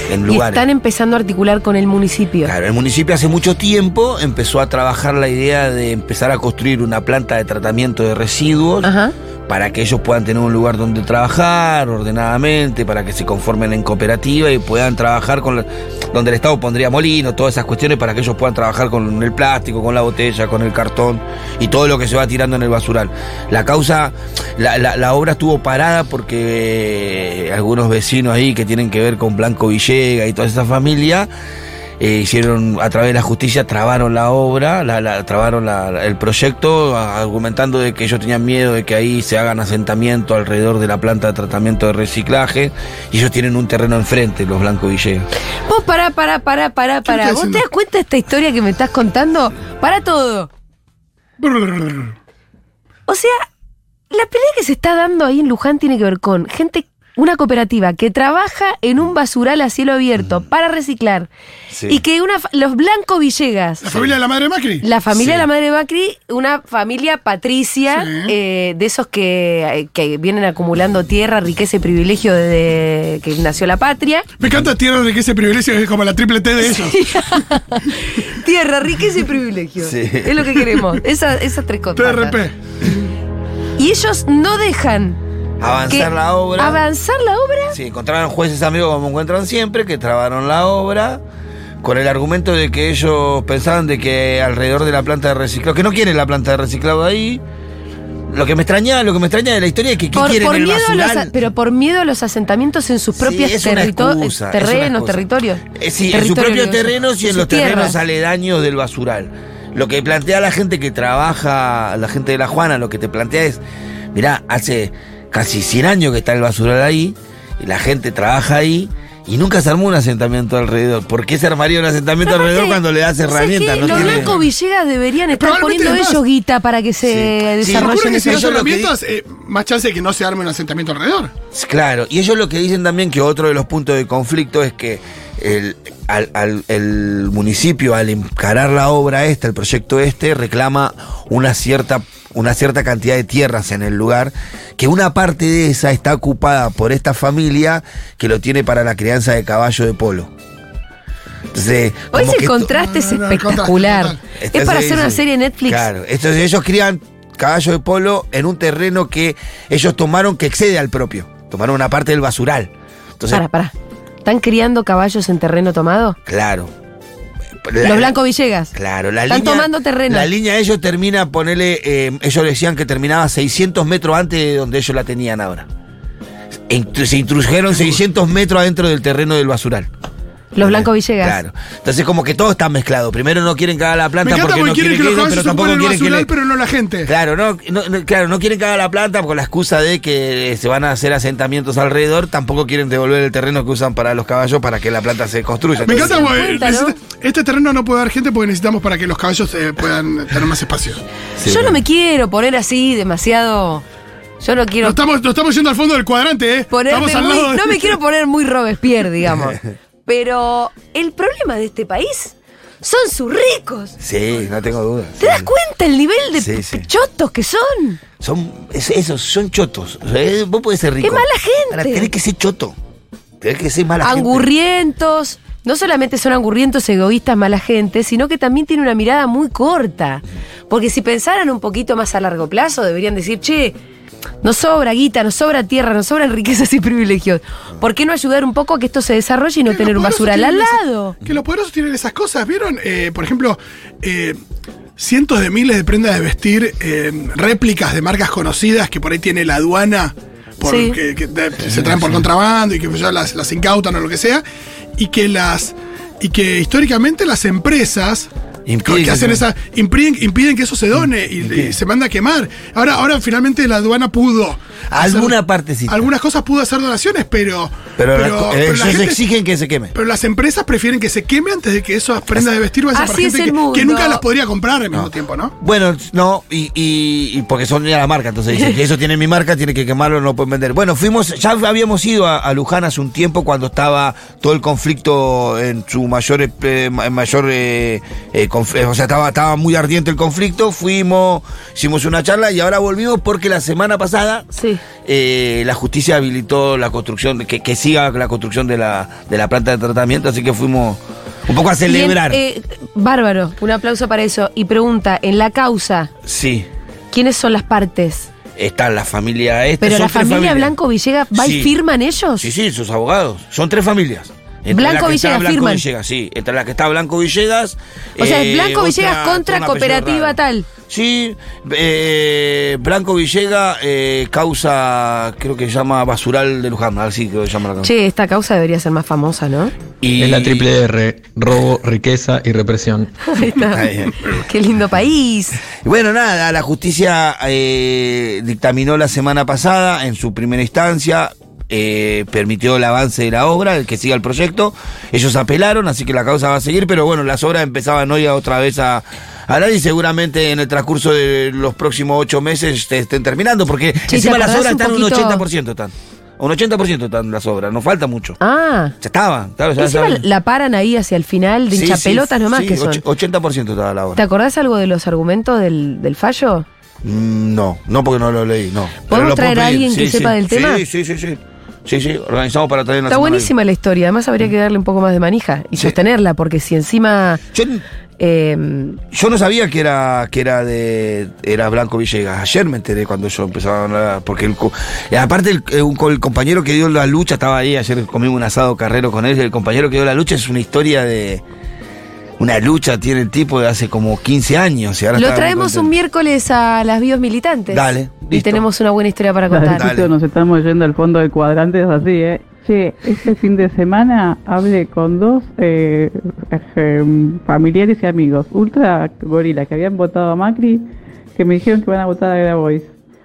[SPEAKER 3] en
[SPEAKER 1] Y
[SPEAKER 3] lugares.
[SPEAKER 1] están empezando a articular con el municipio.
[SPEAKER 3] Claro, el municipio hace mucho tiempo empezó a trabajar la idea de empezar a construir una planta de tratamiento de residuos
[SPEAKER 1] Ajá.
[SPEAKER 3] para que ellos puedan tener un lugar donde trabajar ordenadamente, para que se conformen en cooperativa y puedan trabajar con la- donde el Estado pondría molinos, todas esas cuestiones para que ellos puedan trabajar con el plástico, con la botella, con el cartón y todo lo que se va tirando en el basural. La causa, la, la- la obra estuvo parada porque eh, algunos vecinos ahí que tienen que ver con Blanco Villega y toda esa familia eh, hicieron a través de la justicia, trabaron la obra, la, la- trabaron la- la- el proyecto, a- argumentando de que ellos tenían miedo de que ahí se hagan asentamientos alrededor de la planta de tratamiento de reciclaje, y ellos tienen un terreno enfrente, los Blanco Villegas.
[SPEAKER 1] Vos pará, pará, pará, pará, pará.
[SPEAKER 2] está
[SPEAKER 1] ¿Vos
[SPEAKER 2] haciendo?
[SPEAKER 1] te das cuenta de esta historia que me estás contando? Para todo.
[SPEAKER 2] Brrr.
[SPEAKER 1] O sea, la pelea que se está dando ahí en Luján tiene que ver con gente, una cooperativa que trabaja en un basural a cielo abierto para reciclar.
[SPEAKER 3] Sí.
[SPEAKER 1] Y que una, fa- los Blancos Villegas,
[SPEAKER 2] La familia de la madre de Macri.
[SPEAKER 1] la familia
[SPEAKER 3] Sí.
[SPEAKER 1] de la madre de Macri, una familia patricia,
[SPEAKER 2] Sí.
[SPEAKER 1] eh, de esos que, eh, que vienen acumulando tierra, riqueza y privilegio desde que nació la patria.
[SPEAKER 2] Me encanta tierra, riqueza y privilegio, es como la triple T de ellos.
[SPEAKER 1] Tierra, riqueza y privilegio.
[SPEAKER 3] Sí.
[SPEAKER 1] Es lo que queremos. Esa- esas tres cosas.
[SPEAKER 2] TRP.
[SPEAKER 1] Y ellos no dejan
[SPEAKER 3] Avanzar
[SPEAKER 1] que-
[SPEAKER 3] la obra.
[SPEAKER 1] avanzar la obra.
[SPEAKER 3] Sí, encontraron jueces amigos como encuentran siempre, que trabaron la obra con el argumento de que ellos pensaban de que alrededor de la planta de reciclado, que no quieren la planta de reciclado ahí. Lo que me extraña, lo que me extraña de la historia es que ¿qué
[SPEAKER 1] Por,
[SPEAKER 3] quieren
[SPEAKER 1] por
[SPEAKER 3] el
[SPEAKER 1] miedo a los,
[SPEAKER 3] basural?
[SPEAKER 1] a- pero por miedo a los asentamientos en sus
[SPEAKER 3] Sí,
[SPEAKER 1] propios
[SPEAKER 3] es una
[SPEAKER 1] territo-
[SPEAKER 3] excusa, es una
[SPEAKER 1] terrenos,
[SPEAKER 3] excusa.
[SPEAKER 1] territorios.
[SPEAKER 3] Eh, sí, en sus
[SPEAKER 1] Territorio,
[SPEAKER 3] propios
[SPEAKER 1] digo yo.
[SPEAKER 3] terrenos y en
[SPEAKER 1] sus
[SPEAKER 3] los terrenos
[SPEAKER 1] tierras.
[SPEAKER 3] aledaños del basural. Lo que plantea la gente que trabaja, la gente de La Juana, lo que te plantea es, mirá, hace casi 100 años que está el basural ahí, y la gente trabaja ahí, y nunca se armó un asentamiento alrededor. ¿Por qué se armaría un asentamiento
[SPEAKER 1] Aparte,
[SPEAKER 3] alrededor cuando le das
[SPEAKER 1] ¿sabes
[SPEAKER 3] herramientas?
[SPEAKER 1] qué?
[SPEAKER 3] No
[SPEAKER 1] los
[SPEAKER 3] tiene-
[SPEAKER 1] blancos Villegas deberían estar
[SPEAKER 2] Probablemente
[SPEAKER 1] poniendo
[SPEAKER 2] es más.
[SPEAKER 1] ellos guita para que se
[SPEAKER 3] Sí. Sí,
[SPEAKER 1] desarrollen
[SPEAKER 2] Ocurre que si
[SPEAKER 1] esas
[SPEAKER 2] no son
[SPEAKER 3] Eso es lo que
[SPEAKER 2] herramientas, eh, más chance de que no se arme un asentamiento alrededor.
[SPEAKER 3] Claro, y ellos lo que dicen también que otro de los puntos de conflicto es que el, al- al- el municipio al encarar la obra esta, el proyecto este, reclama una cierta, una cierta cantidad de tierras en el lugar, que una parte de esa está ocupada por esta familia que lo tiene para la crianza de caballo de polo. Entonces,
[SPEAKER 1] Hoy
[SPEAKER 3] como
[SPEAKER 1] ese
[SPEAKER 3] que esto-
[SPEAKER 1] contraste es
[SPEAKER 2] No, no, no, el contraste,
[SPEAKER 1] espectacular.
[SPEAKER 2] total.
[SPEAKER 3] Está
[SPEAKER 1] es para
[SPEAKER 3] ese-
[SPEAKER 1] hacer una serie de Netflix.
[SPEAKER 3] Claro, entonces ellos crían caballo de polo en un terreno que ellos tomaron que excede al propio. Tomaron una parte del basural. Entonces,
[SPEAKER 1] Para, para. ¿Están criando caballos en terreno tomado?
[SPEAKER 3] claro. La-
[SPEAKER 1] los Blancos Villegas.
[SPEAKER 3] Claro, la
[SPEAKER 1] Están
[SPEAKER 3] línea.
[SPEAKER 1] tomando terreno.
[SPEAKER 3] La línea de ellos termina, ponele. eh, ellos decían que terminaba 600 metros antes de donde ellos la tenían ahora. Intru- Se introdujeron 600 metros adentro del terreno del basural.
[SPEAKER 1] Los Blancos Villegas.
[SPEAKER 3] Claro. Entonces, como que todo está mezclado. Primero no quieren cagar la
[SPEAKER 2] Me
[SPEAKER 3] planta
[SPEAKER 2] encanta
[SPEAKER 3] porque
[SPEAKER 2] porque
[SPEAKER 3] Ah, no
[SPEAKER 2] quieren que los
[SPEAKER 3] eso,
[SPEAKER 2] caballos
[SPEAKER 3] pero
[SPEAKER 2] se
[SPEAKER 3] tampoco
[SPEAKER 2] ocupen el
[SPEAKER 3] quieren que.
[SPEAKER 2] basural,
[SPEAKER 3] le-
[SPEAKER 2] pero no la gente.
[SPEAKER 3] Claro, no, no, no, claro, no quieren cagar la planta con la excusa de que eh, se van a hacer asentamientos alrededor, tampoco quieren devolver el terreno que usan para los caballos para que la planta se construya.
[SPEAKER 2] Me
[SPEAKER 3] Entonces,
[SPEAKER 2] encanta porque
[SPEAKER 1] cuenta, ¿no?
[SPEAKER 2] necesita- este terreno no puede haber gente porque necesitamos para que los caballos eh, puedan tener más espacio.
[SPEAKER 3] sí,
[SPEAKER 1] Yo no me quiero poner así demasiado. Yo no
[SPEAKER 2] No
[SPEAKER 1] quiero
[SPEAKER 2] estamos, no estamos yendo al fondo del cuadrante, ¿eh?
[SPEAKER 1] ponerme
[SPEAKER 2] Estamos al
[SPEAKER 1] muy-
[SPEAKER 2] lado. de-
[SPEAKER 1] No me quiero poner muy Robespierre, digamos. Pero el problema de este país son sus ricos.
[SPEAKER 3] Sí, no tengo duda.
[SPEAKER 1] ¿Te das cuenta el nivel de
[SPEAKER 3] Sí, sí.
[SPEAKER 1] chotos que son?
[SPEAKER 3] Son, es- esos son chotos. O sea, eh, vos podés ser rico.
[SPEAKER 1] Es mala gente.
[SPEAKER 3] Ahora, tenés que ser choto. Tenés que ser mala gente.
[SPEAKER 1] Angurrientos. No solamente son angurrientos, egoístas, mala gente, sino que también tienen una mirada muy corta. Porque si pensaran un poquito más a largo plazo, deberían decir, che, nos sobra guita, nos sobra tierra, nos sobran riquezas y privilegios. ¿Por qué no ayudar un poco a que esto se desarrolle y no
[SPEAKER 2] Que
[SPEAKER 1] tener
[SPEAKER 2] los
[SPEAKER 1] un
[SPEAKER 2] poderosos
[SPEAKER 1] basural al
[SPEAKER 2] tienen esas-
[SPEAKER 1] lado?
[SPEAKER 2] que los poderosos tienen esas cosas, ¿vieron? Eh, por ejemplo, eh, cientos de miles de prendas de vestir, eh, réplicas de marcas conocidas que por ahí tiene la aduana, por-
[SPEAKER 1] Sí.
[SPEAKER 2] que, que te- se traen por contrabando y que ya las, las incautan o lo que sea, y que las... Y que históricamente las empresas
[SPEAKER 3] Impiden
[SPEAKER 2] que hacen
[SPEAKER 3] que-
[SPEAKER 2] esa impiden, impiden que eso se done y, y se manda a quemar. Ahora, ahora finalmente la aduana pudo. hacer-
[SPEAKER 3] Alguna partecita.
[SPEAKER 2] Algunas cosas pudo hacer donaciones, pero.
[SPEAKER 3] Pero, la- eh,
[SPEAKER 2] pero la
[SPEAKER 3] ellos
[SPEAKER 2] gente-
[SPEAKER 3] exigen que se queme.
[SPEAKER 2] pero las empresas prefieren que se queme antes de que esas prendas de vestir vayan para
[SPEAKER 1] Así es
[SPEAKER 2] gente que,
[SPEAKER 1] el mundo.
[SPEAKER 2] que nunca las podría comprar al mismo tiempo, ¿no?
[SPEAKER 3] Bueno, no, y, y- y porque son de la marca, entonces dicen que eso tiene mi marca, tiene que quemarlo, no lo pueden vender. Bueno, fuimos, ya habíamos ido a, a Luján hace un tiempo cuando estaba todo el conflicto en su mayor, eh, ma- mayor eh, eh, conf- eh, o sea, estaba, estaba muy ardiente el conflicto, fuimos, hicimos una charla y ahora volvimos porque la semana pasada
[SPEAKER 1] Sí.
[SPEAKER 3] eh, la justicia habilitó la construcción, de- que, que siga la construcción de la, de la planta de tratamiento, así que fuimos un poco a celebrar.
[SPEAKER 1] Bien, eh, bárbaro, un aplauso para eso. Y pregunta, en la causa,
[SPEAKER 3] sí,
[SPEAKER 1] ¿quiénes son las partes?
[SPEAKER 3] está la familia esta.
[SPEAKER 1] Pero
[SPEAKER 3] son
[SPEAKER 1] la
[SPEAKER 3] tres
[SPEAKER 1] familia
[SPEAKER 3] familias.
[SPEAKER 1] Blanco Villegas va y
[SPEAKER 3] Sí.
[SPEAKER 1] firman ellos.
[SPEAKER 3] Sí, sí, sus abogados. Son tres familias. Entre
[SPEAKER 1] Blanco
[SPEAKER 3] la que está
[SPEAKER 1] Villegas,
[SPEAKER 3] Blanco
[SPEAKER 1] firman.
[SPEAKER 3] Villegas, sí. Entre las que está Blanco Villegas. eh,
[SPEAKER 1] O sea, es Blanco Villegas contra
[SPEAKER 3] con un apellido
[SPEAKER 1] Cooperativa
[SPEAKER 3] raro.
[SPEAKER 1] tal.
[SPEAKER 3] Sí, eh, Blanco Villegas eh, causa, creo que se llama Basural de Luján, así que llama la canción.
[SPEAKER 1] Che, esta causa debería ser más famosa, ¿no?
[SPEAKER 3] Y
[SPEAKER 4] Es la triple R, robo, riqueza y represión.
[SPEAKER 1] Ahí está.
[SPEAKER 3] Ahí, ahí.
[SPEAKER 1] Qué lindo país.
[SPEAKER 3] Y Bueno, nada, la justicia eh, dictaminó la semana pasada en su primera instancia. eh, permitió el avance de la obra, el que siga el proyecto. Ellos apelaron, así que la causa va a seguir, pero bueno, las obras empezaban hoy a otra vez a a hablar y seguramente en el transcurso de los próximos ocho meses se estén terminando, porque
[SPEAKER 1] ¿te
[SPEAKER 3] encima las
[SPEAKER 1] acordás
[SPEAKER 3] obras
[SPEAKER 1] un
[SPEAKER 3] están
[SPEAKER 1] poquito?
[SPEAKER 3] un 80%, están. Un 80% están las obras, no falta mucho.
[SPEAKER 1] Ah.
[SPEAKER 3] Ya estaban, claro, ya
[SPEAKER 1] Encima
[SPEAKER 3] estaban.
[SPEAKER 1] la paran ahí hacia el final, de
[SPEAKER 3] Sí,
[SPEAKER 1] hinchapelotas
[SPEAKER 3] sí,
[SPEAKER 1] nomás
[SPEAKER 3] sí,
[SPEAKER 1] que son.
[SPEAKER 3] och- 80% estaba la
[SPEAKER 1] ¿Te
[SPEAKER 3] obra.
[SPEAKER 1] acordás algo de los argumentos del, del fallo?
[SPEAKER 3] Mm, No, no porque no lo leí, no. Pero lo puedo
[SPEAKER 1] traer a
[SPEAKER 3] pedir,
[SPEAKER 1] alguien que sepa del tema?
[SPEAKER 3] Sí, sí, sí, sí. Sí, sí, organizamos para traer en la
[SPEAKER 1] Está
[SPEAKER 3] semana.
[SPEAKER 1] buenísima la historia, además habría que darle un poco más de manija y
[SPEAKER 3] Sí.
[SPEAKER 1] sostenerla, porque si encima...
[SPEAKER 3] Yo,
[SPEAKER 1] eh,
[SPEAKER 3] yo no sabía que era que era de era Blanco Villegas. Ayer me enteré cuando yo empezaba a hablar porque el co- y aparte el, eh, un co- el compañero que dio la lucha estaba ahí ayer comimos un asado carrero con él, el compañero que dio la lucha es una historia de una lucha tiene el tipo de hace como 15 años y ahora
[SPEAKER 1] lo
[SPEAKER 3] está muy
[SPEAKER 1] traemos un
[SPEAKER 3] contento.
[SPEAKER 1] miércoles a las bios militantes.
[SPEAKER 3] Dale,
[SPEAKER 1] Y
[SPEAKER 3] listo.
[SPEAKER 1] tenemos una buena historia para contar.
[SPEAKER 3] Dale.
[SPEAKER 5] Chicos, nos estamos yendo al fondo del cuadrante, es así, ¿eh? Che, este fin de semana hablé con dos eh, ejem, familiares y amigos, ultra gorilas, que habían votado a Macri, que me dijeron que van a votar a Grabois.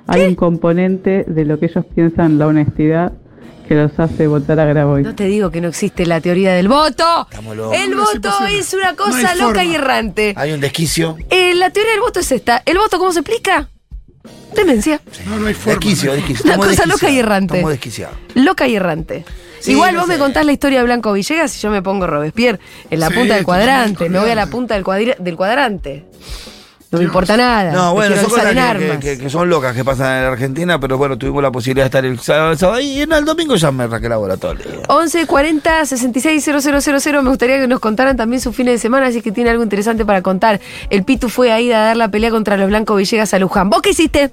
[SPEAKER 5] Hay un componente de lo que ellos piensan, la honestidad, que los hace votar a Grabois.
[SPEAKER 1] No te digo que no existe la teoría del voto.
[SPEAKER 3] Estamos locos.
[SPEAKER 1] El
[SPEAKER 2] No, no es
[SPEAKER 1] voto
[SPEAKER 2] imposible.
[SPEAKER 1] es una
[SPEAKER 2] No
[SPEAKER 1] cosa
[SPEAKER 2] hay
[SPEAKER 1] loca
[SPEAKER 2] forma.
[SPEAKER 1] y errante.
[SPEAKER 3] Hay un desquicio.
[SPEAKER 1] Eh, la teoría del voto es esta. ¿El voto cómo se explica? Demencia.
[SPEAKER 2] No, no hay forma.
[SPEAKER 3] Desquicio, desquicio.
[SPEAKER 1] Una
[SPEAKER 3] Estamos
[SPEAKER 1] cosa loca
[SPEAKER 3] desquiciados,
[SPEAKER 1] y errante.
[SPEAKER 3] Estamos desquiciados.
[SPEAKER 1] Loca y errante.
[SPEAKER 3] Sí,
[SPEAKER 1] Igual
[SPEAKER 3] no
[SPEAKER 1] vos
[SPEAKER 3] sé.
[SPEAKER 1] me contás la historia de Blanco Villegas y yo me pongo Robespierre en la
[SPEAKER 2] Sí,
[SPEAKER 1] punta del cuadrante.
[SPEAKER 2] totalmente,
[SPEAKER 1] Me voy a la
[SPEAKER 2] olvidate.
[SPEAKER 1] punta del, cuadri- del cuadrante. No me importa nada.
[SPEAKER 3] No,
[SPEAKER 1] me
[SPEAKER 3] bueno,
[SPEAKER 1] quiero
[SPEAKER 3] son cosas
[SPEAKER 1] alzar en
[SPEAKER 3] que- que,
[SPEAKER 1] armas.
[SPEAKER 3] que- que son locas que pasan en la Argentina, pero bueno, tuvimos la posibilidad de estar el sábado, el sábado, y en el domingo ya me raqué laboratorio.
[SPEAKER 1] 11 40 66 000. Me gustaría que nos contaran también su fin de semana, así que tiene algo interesante para contar. El Pitu fue ahí a dar la pelea contra los Blanco Villegas a Luján. ¿Vos qué hiciste?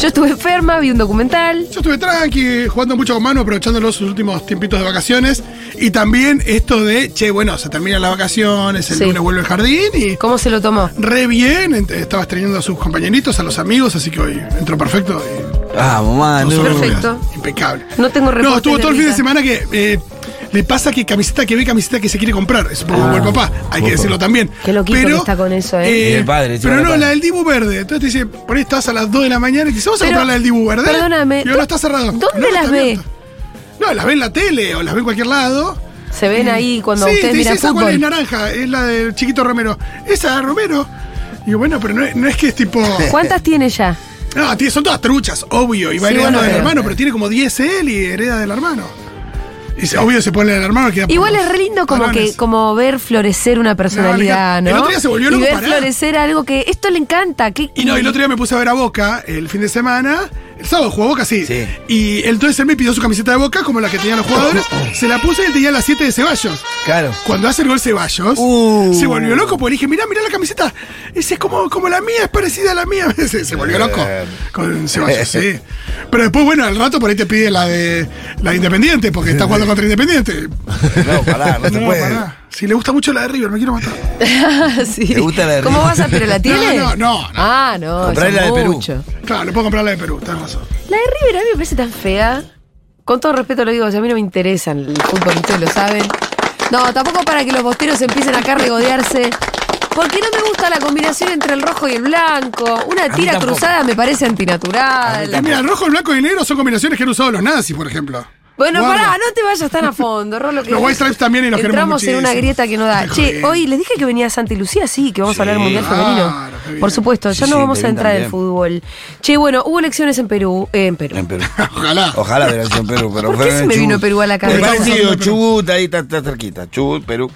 [SPEAKER 1] Yo estuve enferma, vi un documental.
[SPEAKER 2] Yo estuve tranqui, jugando mucho con mano, aprovechando los últimos tiempitos de vacaciones. Y también esto de, che, bueno, se terminan las vacaciones, el
[SPEAKER 1] Sí.
[SPEAKER 2] lunes vuelve el jardín y.
[SPEAKER 1] ¿Cómo se lo tomó?
[SPEAKER 2] Re bien, ent- estaba estrenando a sus compañeritos, a los amigos, así que hoy entró perfecto. y
[SPEAKER 3] Ah, mamá,
[SPEAKER 2] todos
[SPEAKER 3] no.
[SPEAKER 2] son
[SPEAKER 1] Perfecto.
[SPEAKER 2] rubias. Impecable.
[SPEAKER 1] No tengo
[SPEAKER 2] No,
[SPEAKER 1] reportes
[SPEAKER 2] estuvo todo el fin de
[SPEAKER 1] vida.
[SPEAKER 2] semana que eh, le pasa que camiseta que ve, camiseta que se quiere comprar. Es un poco como el papá, hay que decirlo también.
[SPEAKER 1] Qué loquito que está con eso, ¿eh?
[SPEAKER 3] Y el padre, encima
[SPEAKER 2] pero
[SPEAKER 3] el
[SPEAKER 2] no,
[SPEAKER 3] padre.
[SPEAKER 2] la del Dibu Verde. Entonces te dice, por ahí estás a las 2 de la mañana y te dice, vamos a
[SPEAKER 1] Pero,
[SPEAKER 2] comprar la del Dibu Verde.
[SPEAKER 1] perdóname,
[SPEAKER 2] Y ahora
[SPEAKER 1] ¿dó-
[SPEAKER 2] está cerrado.
[SPEAKER 1] dónde
[SPEAKER 2] No,
[SPEAKER 1] las
[SPEAKER 2] está
[SPEAKER 1] ve?
[SPEAKER 2] abierto. No, las ve en la tele o las ve en cualquier lado.
[SPEAKER 1] Se ven ahí cuando
[SPEAKER 2] sí,
[SPEAKER 1] ustedes
[SPEAKER 2] te dice,
[SPEAKER 1] miran
[SPEAKER 2] esa cuál es
[SPEAKER 1] fútbol.
[SPEAKER 2] naranja, es la del chiquito Romero. Esa Romero. Y yo, bueno, pero no, es- no es que es tipo.
[SPEAKER 1] ¿Cuántas tiene ya?
[SPEAKER 2] No, Ah, tiene- son todas truchas, obvio. Y va
[SPEAKER 1] Sí, bueno,
[SPEAKER 2] heredando
[SPEAKER 1] eh,
[SPEAKER 2] del
[SPEAKER 1] pero-
[SPEAKER 2] hermano, pero tiene como 10 él y hereda del hermano. Y se- obvio se pone el hermano que
[SPEAKER 1] Igual es re lindo como, que, como ver florecer una personalidad,
[SPEAKER 2] el
[SPEAKER 1] ¿no?
[SPEAKER 2] otro día se volvió
[SPEAKER 1] y
[SPEAKER 2] loco,
[SPEAKER 1] ver
[SPEAKER 2] pará.
[SPEAKER 1] florecer algo que esto le encanta. que-
[SPEAKER 2] Y no, el otro día me puse a ver a Boca el fin de semana. El sábado jugó a Boca, sí.
[SPEAKER 3] Sí.
[SPEAKER 2] Y entonces él me pidió su camiseta de Boca, como la que tenían los jugadores. Se la puse y él tenía las 7 de Ceballos.
[SPEAKER 3] Claro.
[SPEAKER 2] Cuando hace el gol Ceballos,
[SPEAKER 3] Uh.
[SPEAKER 2] se volvió loco porque dije, mirá, mirá la camiseta. Ese es como, como la mía, es parecida a la mía. se, se volvió loco
[SPEAKER 3] Bien.
[SPEAKER 2] con Ceballos, sí. Pero después, bueno, al rato por ahí te pide la de la de Independiente, porque está jugando contra Independiente.
[SPEAKER 3] No, pará, Ah, no se
[SPEAKER 2] No,
[SPEAKER 3] puede.
[SPEAKER 2] pará. Si le gusta mucho la de River, me quiero matar.
[SPEAKER 1] Sí.
[SPEAKER 3] ¿Te gusta la de
[SPEAKER 1] ¿Cómo
[SPEAKER 3] River?
[SPEAKER 1] vas a pero la tiene?
[SPEAKER 2] No, no, no, no.
[SPEAKER 1] Ah, no.
[SPEAKER 3] Comprá
[SPEAKER 1] eso
[SPEAKER 3] la de Perú.
[SPEAKER 1] mucho.
[SPEAKER 2] Claro, le puedo comprar la de Perú, tenés razón.
[SPEAKER 1] La de River a mí me parece tan fea. Con todo respeto lo digo, o sea, a mí no me interesan el fútbol, ustedes lo saben. No, tampoco para que los bosteros empiecen acá a regodearse. Porque no me gusta la combinación entre el rojo y el blanco. Una
[SPEAKER 3] mí
[SPEAKER 1] tira
[SPEAKER 3] tampoco.
[SPEAKER 1] cruzada me parece antinatural.
[SPEAKER 2] Y mira, el rojo, el blanco y el negro son combinaciones que han usado los nazis, por ejemplo.
[SPEAKER 1] Bueno,
[SPEAKER 2] Guarda.
[SPEAKER 1] pará, no te vayas tan a fondo, Rolo. Que
[SPEAKER 2] Los White Stripes también y los queremos
[SPEAKER 1] Entramos en una
[SPEAKER 2] muchísimo.
[SPEAKER 1] grieta que no da.
[SPEAKER 2] Qué
[SPEAKER 1] Che,
[SPEAKER 2] jodido.
[SPEAKER 1] hoy les dije que venía Santi Lucía, sí, que vamos a hablar del Mundial
[SPEAKER 2] claro,
[SPEAKER 1] Femenino.
[SPEAKER 2] qué bien.
[SPEAKER 1] Por supuesto, ya
[SPEAKER 3] Sí,
[SPEAKER 1] no
[SPEAKER 3] sí,
[SPEAKER 1] vamos a
[SPEAKER 3] Perú
[SPEAKER 1] entrar en
[SPEAKER 3] también.
[SPEAKER 1] fútbol. Che, bueno, hubo elecciones en Perú. eh, en Perú.
[SPEAKER 3] En Perú.
[SPEAKER 2] Ojalá.
[SPEAKER 3] Ojalá hubiera sido en Perú, pero
[SPEAKER 1] ¿Por
[SPEAKER 3] fueron
[SPEAKER 1] qué se
[SPEAKER 3] en
[SPEAKER 1] me vino
[SPEAKER 3] Chubut.
[SPEAKER 1] Perú a la
[SPEAKER 3] Es
[SPEAKER 1] cabeza?
[SPEAKER 3] parecido,
[SPEAKER 2] Estamos hablando de Perú.
[SPEAKER 3] Chubut, ahí está, está cerquita. Chubut, Perú.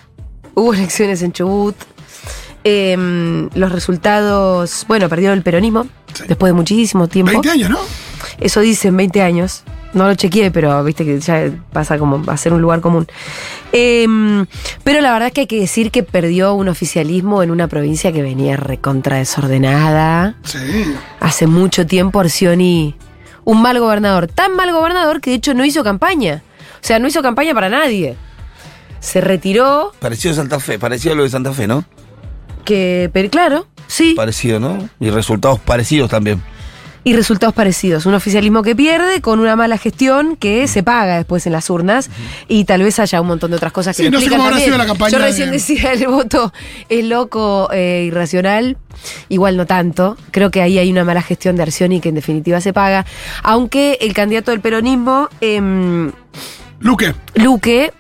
[SPEAKER 1] Hubo elecciones en Chubut. em, los resultados, bueno, perdió el peronismo
[SPEAKER 2] Sí.
[SPEAKER 1] después de muchísimo tiempo.
[SPEAKER 2] 20 años, ¿no?
[SPEAKER 1] Eso dicen 20 años. No lo chequeé, pero viste que ya pasa como a ser un lugar común. Em, pero la verdad es que hay que decir que perdió un oficialismo en una provincia que venía recontra desordenada.
[SPEAKER 2] Sí.
[SPEAKER 1] Hace mucho tiempo Orsioni, un mal gobernador, tan mal gobernador que de hecho no hizo campaña. O sea, no hizo campaña para nadie. Se retiró,
[SPEAKER 3] Parecido a Santa Fe, parecido a lo de Santa Fe, ¿no?
[SPEAKER 1] que, pero claro, sí.
[SPEAKER 3] Parecido, ¿no? Y resultados parecidos también.
[SPEAKER 1] y resultados parecidos. Un oficialismo que pierde con una mala gestión que se paga después en las urnas y tal vez haya un montón de otras cosas que
[SPEAKER 2] Sí,
[SPEAKER 1] lo
[SPEAKER 2] no sé
[SPEAKER 1] explican
[SPEAKER 2] cómo habrá
[SPEAKER 1] también.
[SPEAKER 2] sido la campaña
[SPEAKER 1] Yo recién
[SPEAKER 2] de-
[SPEAKER 1] decía, el voto es loco e irracional, igual no tanto. Creo que ahí hay una mala gestión de Arcioni que en definitiva se paga. Aunque el candidato del peronismo, em,
[SPEAKER 2] Luque.
[SPEAKER 1] Luque,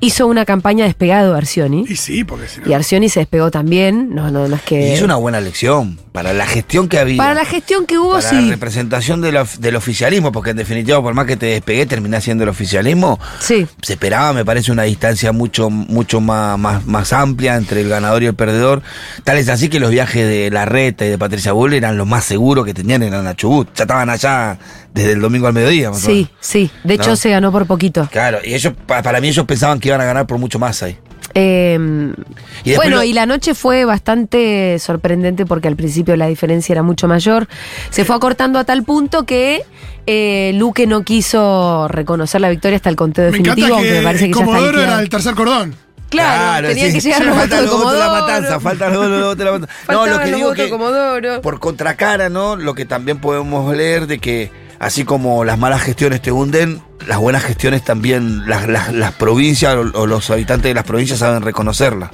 [SPEAKER 1] hizo una campaña despegado a Arcioni.
[SPEAKER 2] Y sí, porque si no.
[SPEAKER 1] Y Arcioni se despegó también, no, no, no es
[SPEAKER 3] Y
[SPEAKER 1] que...
[SPEAKER 3] es una buena elección para la gestión que había.
[SPEAKER 1] Para la gestión que hubo,
[SPEAKER 3] Para la
[SPEAKER 1] sí.
[SPEAKER 3] representación de la- del oficialismo, porque en definitiva, por más que te despegué, terminás siendo el oficialismo.
[SPEAKER 1] Sí.
[SPEAKER 3] Se esperaba, me parece, una distancia mucho, mucho más, más, más amplia entre el ganador y el perdedor. Tal es así que los viajes de Larreta y de Patricia Bull eran los más seguros que tenían, eran a Chubut. Ya estaban allá desde el domingo al mediodía. más o
[SPEAKER 1] Sí,
[SPEAKER 3] menos.
[SPEAKER 1] sí. De hecho,
[SPEAKER 3] No.
[SPEAKER 1] se ganó por poquito.
[SPEAKER 3] Claro, y ellos, pa- para mí ellos pensaban que iban a ganar por mucho más ahí.
[SPEAKER 1] Eh,
[SPEAKER 3] Y después
[SPEAKER 1] bueno,
[SPEAKER 3] lo-
[SPEAKER 1] y la noche fue bastante sorprendente porque al principio la diferencia era mucho mayor. Se fue acortando a tal punto que eh, Luque no quiso reconocer la victoria hasta el conteo
[SPEAKER 2] Me encanta
[SPEAKER 1] definitivo, aunque me parece
[SPEAKER 2] que
[SPEAKER 1] que ya está
[SPEAKER 2] Comodoro era
[SPEAKER 1] liquidado.
[SPEAKER 2] el tercer cordón.
[SPEAKER 1] Claro, tenía
[SPEAKER 3] sí.
[SPEAKER 1] que llegar
[SPEAKER 3] Sí,
[SPEAKER 1] los
[SPEAKER 3] faltan
[SPEAKER 1] votos de
[SPEAKER 3] los votos
[SPEAKER 1] Comodoro.
[SPEAKER 3] de la matanza, faltan los votos de la matanza. No,
[SPEAKER 1] Faltaban
[SPEAKER 3] lo que
[SPEAKER 1] los
[SPEAKER 3] digo
[SPEAKER 1] votos
[SPEAKER 3] que
[SPEAKER 1] de Comodoro.
[SPEAKER 3] por contracara, ¿no? Lo que también podemos leer de que así como las malas gestiones te hunden, las buenas gestiones también las, las- las provincias o, o los habitantes de las provincias saben reconocerlas.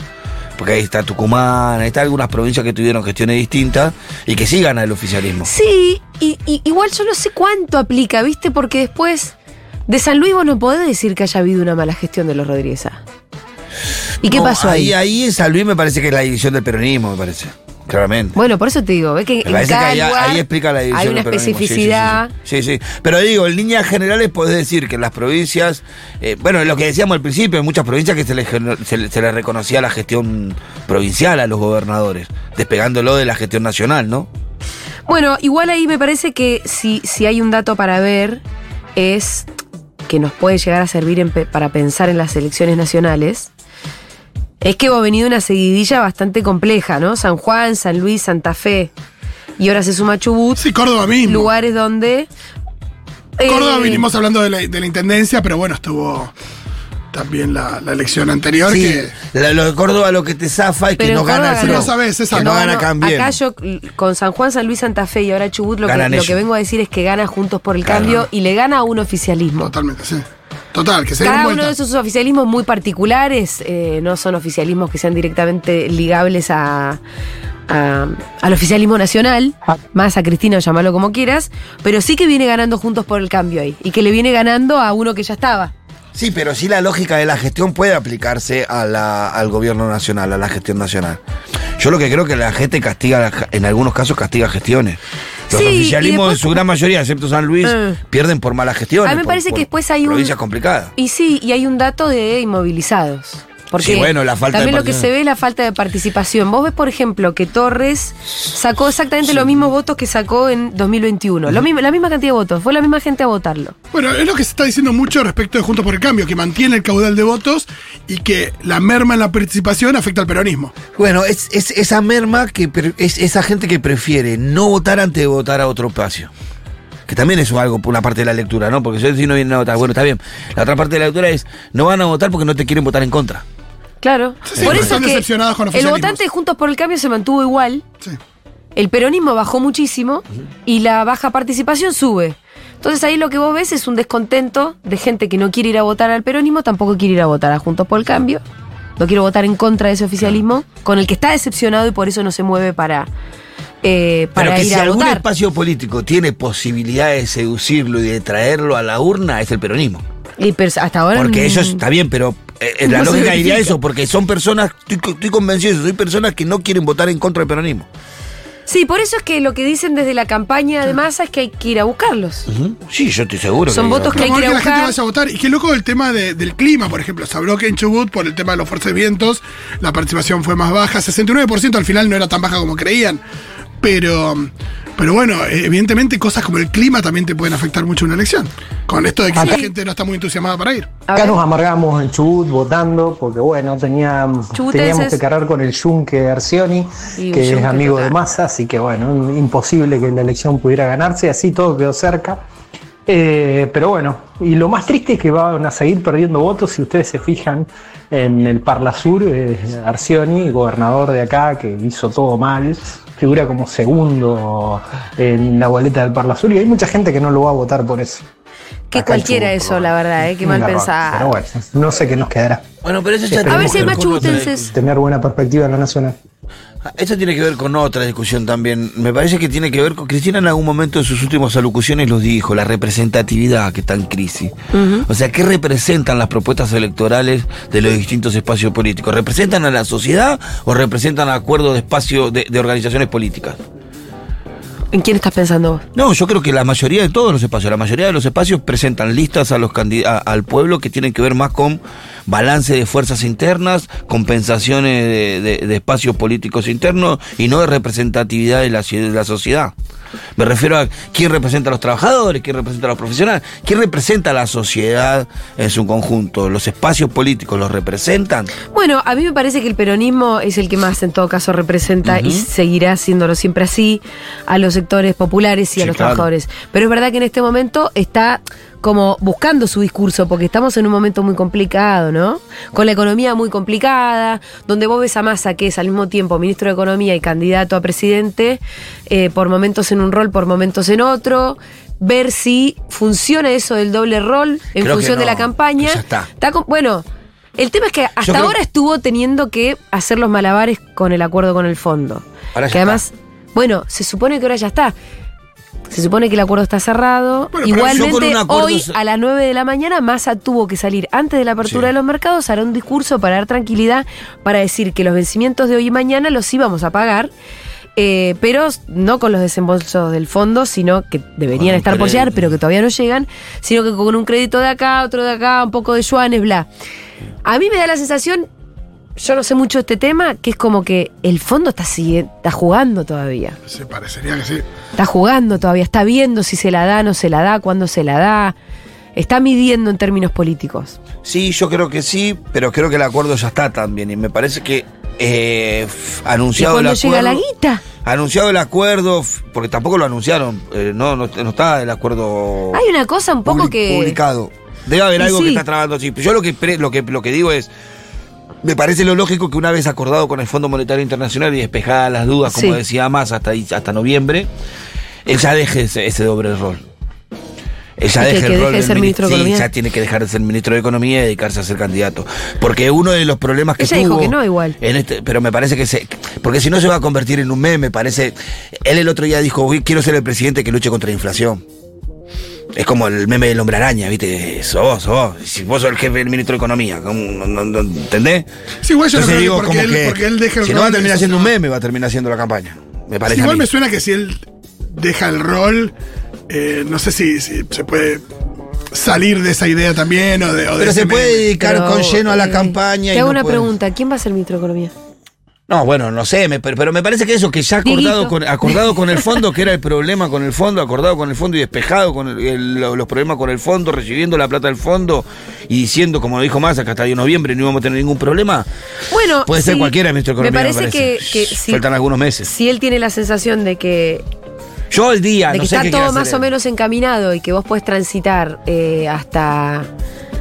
[SPEAKER 3] Porque ahí está Tucumán, ahí está algunas provincias que tuvieron gestiones distintas y que sí gana el oficialismo.
[SPEAKER 1] Sí, y, y igual yo no sé cuánto aplica, ¿viste? Porque después de San Luis vos no podés decir que haya habido una mala gestión de los Rodríguez A. ¿Y qué
[SPEAKER 3] No,
[SPEAKER 1] pasó ahí?
[SPEAKER 3] Ahí, ahí en San Luis me parece que es la división del peronismo, me parece. Claramente.
[SPEAKER 1] Bueno, por eso te digo, ves que
[SPEAKER 3] Me
[SPEAKER 1] en cada
[SPEAKER 3] parece que ahí,
[SPEAKER 1] lugar
[SPEAKER 3] ahí explica la división
[SPEAKER 1] hay una
[SPEAKER 3] del peronismo, sí, sí, sí,
[SPEAKER 1] especificidad.
[SPEAKER 3] Sí sí, sí. Pero digo, en líneas generales podés decir que en las provincias, eh, bueno, lo que decíamos al principio, en muchas provincias que se les, gen- se, le- se les reconocía la gestión provincial a los gobernadores, despegándolo de la gestión nacional, ¿no?
[SPEAKER 1] Bueno, igual ahí me parece que si, si hay un dato para ver es que nos puede llegar a servir en pe- para pensar en las elecciones nacionales. Es que hemos venido una seguidilla bastante compleja, ¿no? San Juan, San Luis, Santa Fe. Y ahora se suma Chubut,
[SPEAKER 2] Sí, Córdoba mismo.
[SPEAKER 1] lugares donde. eh,
[SPEAKER 2] Córdoba vinimos hablando de la, de la intendencia, pero bueno, estuvo también la, la elección anterior
[SPEAKER 3] Sí,
[SPEAKER 2] que.
[SPEAKER 3] la- lo de Córdoba lo que te zafa es que
[SPEAKER 1] Pero
[SPEAKER 3] no
[SPEAKER 1] en
[SPEAKER 3] gana el
[SPEAKER 1] Córdoba
[SPEAKER 3] PRO.
[SPEAKER 1] ganó.
[SPEAKER 2] No sabes, esa
[SPEAKER 3] que no
[SPEAKER 2] no,
[SPEAKER 3] gana
[SPEAKER 1] no,
[SPEAKER 3] Cambien.
[SPEAKER 1] Acá yo l- con San Juan, San Luis, Santa Fe y ahora Chubut lo, que,
[SPEAKER 3] Ganan
[SPEAKER 1] lo
[SPEAKER 3] ellos.
[SPEAKER 1] que vengo a decir es que gana Juntos por el
[SPEAKER 3] Claro.
[SPEAKER 1] Cambio y le gana a un oficialismo.
[SPEAKER 2] Totalmente, sí. Total, que se dieron
[SPEAKER 1] Cada
[SPEAKER 2] vuelta.
[SPEAKER 1] uno de esos oficialismos muy particulares eh, no son oficialismos que sean directamente ligables a, a- al oficialismo nacional,
[SPEAKER 2] Ah.
[SPEAKER 1] más a Cristina o llamarlo como quieras, pero sí que viene ganando Juntos por el Cambio ahí y que le viene ganando a uno que ya estaba.
[SPEAKER 3] Sí, pero sí la lógica de la gestión puede aplicarse a la- al gobierno nacional, a la gestión nacional. Yo lo que creo que la gente castiga, la- en algunos casos castiga gestiones. Los
[SPEAKER 1] Sí, y
[SPEAKER 3] oficialismos
[SPEAKER 1] después-
[SPEAKER 3] en su gran mayoría, excepto San Luis,
[SPEAKER 1] Eh.
[SPEAKER 3] pierden por malas gestiones.
[SPEAKER 1] A mí me
[SPEAKER 3] por-
[SPEAKER 1] parece que
[SPEAKER 3] por
[SPEAKER 1] después hay un-
[SPEAKER 3] Provincias complicadas.
[SPEAKER 1] Y sí, y hay un dato de inmovilizados. Porque
[SPEAKER 3] Sí, bueno, la falta de
[SPEAKER 1] también lo que se
[SPEAKER 3] participación.
[SPEAKER 1] ve es la falta de participación. Vos ves, por ejemplo, que Torres sacó exactamente los mismos votos que sacó en 2021. Lo mismo- la misma cantidad de votos, fue la misma gente a votarlo.
[SPEAKER 2] Bueno, es lo que se está diciendo mucho respecto de Juntos por el Cambio, que mantiene el caudal de votos y que la merma en la participación afecta al peronismo.
[SPEAKER 3] Bueno, es, es esa merma que pre- es esa gente que prefiere no votar antes de votar a otro espacio. Que también es algo, una parte de la lectura, ¿no? Porque yo si no vienen a votar, bueno, está bien. La otra parte de la lectura es, no van a votar porque no te quieren votar en contra.
[SPEAKER 1] Claro.
[SPEAKER 2] Sí,
[SPEAKER 1] por
[SPEAKER 2] sí, porque
[SPEAKER 1] eso
[SPEAKER 2] están
[SPEAKER 1] que
[SPEAKER 2] decepcionados con
[SPEAKER 1] el
[SPEAKER 2] oficialismos.
[SPEAKER 1] votante de Juntos por el Cambio se mantuvo igual,
[SPEAKER 2] Sí.
[SPEAKER 1] el peronismo bajó muchísimo y la baja participación sube. Entonces ahí lo que vos ves es un descontento de gente que no quiere ir a votar al peronismo, tampoco quiere ir a votar a Juntos por el Cambio. No quiero votar en contra de ese oficialismo, con el que está decepcionado y por eso no se mueve para, eh,
[SPEAKER 3] Pero
[SPEAKER 1] para
[SPEAKER 3] que
[SPEAKER 1] ir
[SPEAKER 3] si
[SPEAKER 1] a
[SPEAKER 3] algún
[SPEAKER 1] votar.
[SPEAKER 3] espacio político tiene posibilidad de seducirlo y de traerlo a la urna, es el peronismo.
[SPEAKER 1] Y pero hasta ahora
[SPEAKER 3] Porque
[SPEAKER 1] mm,
[SPEAKER 3] ellos, está bien, pero eh, eh, la
[SPEAKER 1] No se
[SPEAKER 3] lógica diría
[SPEAKER 1] verifica.
[SPEAKER 3] eso, porque son personas, estoy, co- estoy convencido, de eso, son personas que no quieren votar en contra del peronismo.
[SPEAKER 1] Sí, por eso es que lo que dicen desde la campaña de masa es que hay que ir a buscarlos.
[SPEAKER 3] Ujú. Sí, yo estoy seguro.
[SPEAKER 1] Son
[SPEAKER 3] que-
[SPEAKER 1] votos que- hay
[SPEAKER 2] Vamos a ver
[SPEAKER 1] ir a
[SPEAKER 2] la gente
[SPEAKER 1] buscar.
[SPEAKER 2] vaya a votar. Y qué loco el tema de- del clima, por ejemplo. Se habló que en Chubut, por el tema de los fuertes vientos, la participación fue más baja. 69% al final no era tan baja como creían. Pero, pero bueno, eh, evidentemente cosas como el clima también te pueden afectar mucho una elección. Con esto de que la gente no está muy entusiasmada para ir.
[SPEAKER 1] A
[SPEAKER 6] Acá
[SPEAKER 1] ver.
[SPEAKER 6] nos amargamos en Chubut votando porque, bueno, teníamos,
[SPEAKER 1] Chubutenses.
[SPEAKER 6] teníamos que cargar con el yunque de Arcioni,
[SPEAKER 1] Y un
[SPEAKER 6] que es
[SPEAKER 1] yunque
[SPEAKER 6] amigo de
[SPEAKER 1] total.
[SPEAKER 6] Massa, así que, bueno, imposible que la elección pudiera ganarse, así todo quedó cerca. Eh, pero bueno, y lo más triste es que van a seguir perdiendo votos. Si ustedes se fijan en el Parla Sur, eh, Arcioni, gobernador de acá, que hizo todo mal, figura como segundo en la boleta del Parla Sur, y hay mucha gente que no lo va a votar por eso.
[SPEAKER 1] Que
[SPEAKER 6] Acá
[SPEAKER 1] cualquiera
[SPEAKER 6] en Chubut,
[SPEAKER 1] eso,
[SPEAKER 6] por
[SPEAKER 1] la verdad, ¿eh? qué
[SPEAKER 6] Un
[SPEAKER 1] mal
[SPEAKER 6] garrón. Pero
[SPEAKER 1] pensado.
[SPEAKER 6] bueno, no sé qué nos quedará.
[SPEAKER 3] Bueno, pero eso ya
[SPEAKER 1] A
[SPEAKER 3] tiene
[SPEAKER 1] ver
[SPEAKER 3] que
[SPEAKER 1] si hay
[SPEAKER 3] ver
[SPEAKER 1] más
[SPEAKER 3] con otra-
[SPEAKER 1] chubutenses.
[SPEAKER 6] Tener buena perspectiva en la nacional.
[SPEAKER 3] Ah, Eso tiene que ver con otra discusión también. Me parece que tiene que ver con. Cristina en algún momento de sus últimas alocuciones los dijo, la representatividad que está en crisis. O sea, ¿qué representan las propuestas electorales de los distintos espacios políticos? ¿Representan a la sociedad o representan acuerdos de espacio de, de organizaciones políticas?
[SPEAKER 1] ¿En quién estás pensando vos?
[SPEAKER 3] No, yo creo que la mayoría de todos los espacios, la mayoría de los espacios presentan listas a los candi- a- al pueblo que tienen que ver más con balance de fuerzas internas, compensaciones de, de- de espacios políticos internos y no de representatividad de la, ci- de la sociedad. Me refiero a quién representa a los trabajadores, quién representa a los profesionales, quién representa a la sociedad en su conjunto. Los espacios políticos los representan.
[SPEAKER 1] Bueno, a mí me parece que el peronismo es el que más en todo caso representa y seguirá siéndolo siempre así a los sectores populares y a
[SPEAKER 3] Sí,
[SPEAKER 1] los
[SPEAKER 3] claro.
[SPEAKER 1] trabajadores. Pero es verdad que en este momento está como buscando su discurso porque estamos en un momento muy complicado, ¿no? Con la economía muy complicada, donde vos ves a Massa, que es al mismo tiempo ministro de Economía y candidato a presidente, eh, por momentos en un rol, por momentos en otro. Ver si funciona eso del doble rol en
[SPEAKER 3] Creo que
[SPEAKER 1] función de
[SPEAKER 3] no,
[SPEAKER 1] la campaña.
[SPEAKER 3] que ya está.
[SPEAKER 1] con- bueno, el tema es que hasta
[SPEAKER 3] creo-
[SPEAKER 1] ahora estuvo teniendo que hacer los malabares con el acuerdo con el fondo.
[SPEAKER 3] Ahora ya
[SPEAKER 1] que además, bueno, se supone que ahora ya está. Se supone que el acuerdo está cerrado.
[SPEAKER 2] Bueno, pero
[SPEAKER 3] yo con
[SPEAKER 1] Igualmente,
[SPEAKER 3] un acuerdo
[SPEAKER 1] hoy
[SPEAKER 3] se-
[SPEAKER 1] a las 9 de la mañana, Massa tuvo que salir antes de la apertura
[SPEAKER 3] Sí.
[SPEAKER 1] de los mercados, hará un discurso para dar tranquilidad, para decir que los vencimientos de hoy y mañana los íbamos a pagar. eh, pero no con los desembolsos del fondo, sino que deberían
[SPEAKER 3] Con un
[SPEAKER 1] estar por llegar,
[SPEAKER 3] crédito.
[SPEAKER 1] pero que todavía no llegan, sino que con un crédito de acá, otro de acá, un poco de yuanes, bla. A mí me da la sensación, yo no sé mucho de este tema, que es como que el fondo está, sigue- está jugando todavía.
[SPEAKER 2] Se parecería que sí.
[SPEAKER 1] Está jugando todavía, está viendo si se la da, no se la da, cuándo se la da. Está midiendo en términos políticos.
[SPEAKER 3] Sí, yo creo que sí, pero creo que el acuerdo ya está también. Y me parece que eh, f-
[SPEAKER 1] ¿Y
[SPEAKER 3] anunciado el
[SPEAKER 1] cuando
[SPEAKER 3] acuerdo.
[SPEAKER 1] llega la guita?
[SPEAKER 3] Anunciado el acuerdo, f- porque tampoco lo anunciaron, eh, no, no, no está el acuerdo
[SPEAKER 1] Hay una cosa un poco
[SPEAKER 3] public-
[SPEAKER 1] que...
[SPEAKER 3] publicado. Debe haber
[SPEAKER 1] Y
[SPEAKER 3] algo que
[SPEAKER 1] sí.
[SPEAKER 3] está trabando así. Yo lo que, pre- lo que lo que digo es, me parece lo lógico que una vez acordado con el Fondo Monetario Internacional y despejadas las dudas, como
[SPEAKER 1] Sí.
[SPEAKER 3] decía más hasta ahí- hasta noviembre, él ya deje ese, ese doble rol. Él ya
[SPEAKER 1] Es que
[SPEAKER 3] deje
[SPEAKER 1] que
[SPEAKER 3] el
[SPEAKER 1] deje
[SPEAKER 3] rol
[SPEAKER 1] de
[SPEAKER 3] del
[SPEAKER 1] ser
[SPEAKER 3] mini-
[SPEAKER 1] ministro de
[SPEAKER 3] sí,
[SPEAKER 1] Economía.
[SPEAKER 3] ya tiene que dejar de ser ministro de Economía y dedicarse a ser candidato. Porque uno de los problemas que
[SPEAKER 1] Ella
[SPEAKER 3] tuvo
[SPEAKER 1] dijo que no, igual.
[SPEAKER 3] en este- pero me parece que se. Porque si no se va a convertir en un meme, parece. Él el otro día dijo, "Uy, quiero ser el presidente que luche contra la inflación. Es como el meme del hombre araña, ¿viste? Sos vos, sos vos. Si vos sos el jefe del ministro de Economía, ¿cómo? No- no- no- ¿entendés?
[SPEAKER 2] Sí, igual yo no
[SPEAKER 3] Entonces
[SPEAKER 2] creo que
[SPEAKER 3] digo,
[SPEAKER 2] porque
[SPEAKER 3] como
[SPEAKER 2] él-
[SPEAKER 3] que
[SPEAKER 2] porque él deje el
[SPEAKER 3] Si no
[SPEAKER 2] rol
[SPEAKER 3] va a terminar
[SPEAKER 2] de-
[SPEAKER 3] siendo un meme, va a terminar siendo la campaña. Me parece. a
[SPEAKER 2] Igual
[SPEAKER 3] mí.
[SPEAKER 2] me suena que si él deja el rol, eh, no sé si, si se puede salir de esa idea también o de, o de
[SPEAKER 3] Pero
[SPEAKER 2] ese
[SPEAKER 3] se puede
[SPEAKER 2] meme.
[SPEAKER 3] dedicar
[SPEAKER 1] Pero,
[SPEAKER 3] con lleno a la
[SPEAKER 1] eh,
[SPEAKER 3] campaña.
[SPEAKER 1] Te
[SPEAKER 3] y
[SPEAKER 1] hago
[SPEAKER 3] no
[SPEAKER 1] una
[SPEAKER 3] puede-
[SPEAKER 1] pregunta. ¿Quién va a ser ministro de Economía?
[SPEAKER 3] No, bueno, no sé, me- pero, pero me parece que eso que ya acordado
[SPEAKER 1] Dieguito.
[SPEAKER 3] con, acordado con el fondo, que era el problema con el fondo, acordado con el fondo y despejado con el- el- lo- los problemas con el fondo, recibiendo la plata del fondo y diciendo, como lo dijo Massa, que hasta el noviembre no íbamos a tener ningún problema.
[SPEAKER 1] Bueno,
[SPEAKER 3] Puede ser
[SPEAKER 1] sí,
[SPEAKER 3] cualquiera, ministro de Economía.
[SPEAKER 1] Me parece, que, que si,
[SPEAKER 3] Faltan algunos meses.
[SPEAKER 1] si él tiene la sensación de que
[SPEAKER 3] Yo el día,
[SPEAKER 1] de
[SPEAKER 3] Ah, no
[SPEAKER 1] que
[SPEAKER 3] sé
[SPEAKER 1] está
[SPEAKER 3] qué quiere
[SPEAKER 1] todo
[SPEAKER 3] hacer
[SPEAKER 1] más o
[SPEAKER 3] él.
[SPEAKER 1] menos encaminado y que vos puedes transitar eh, hasta,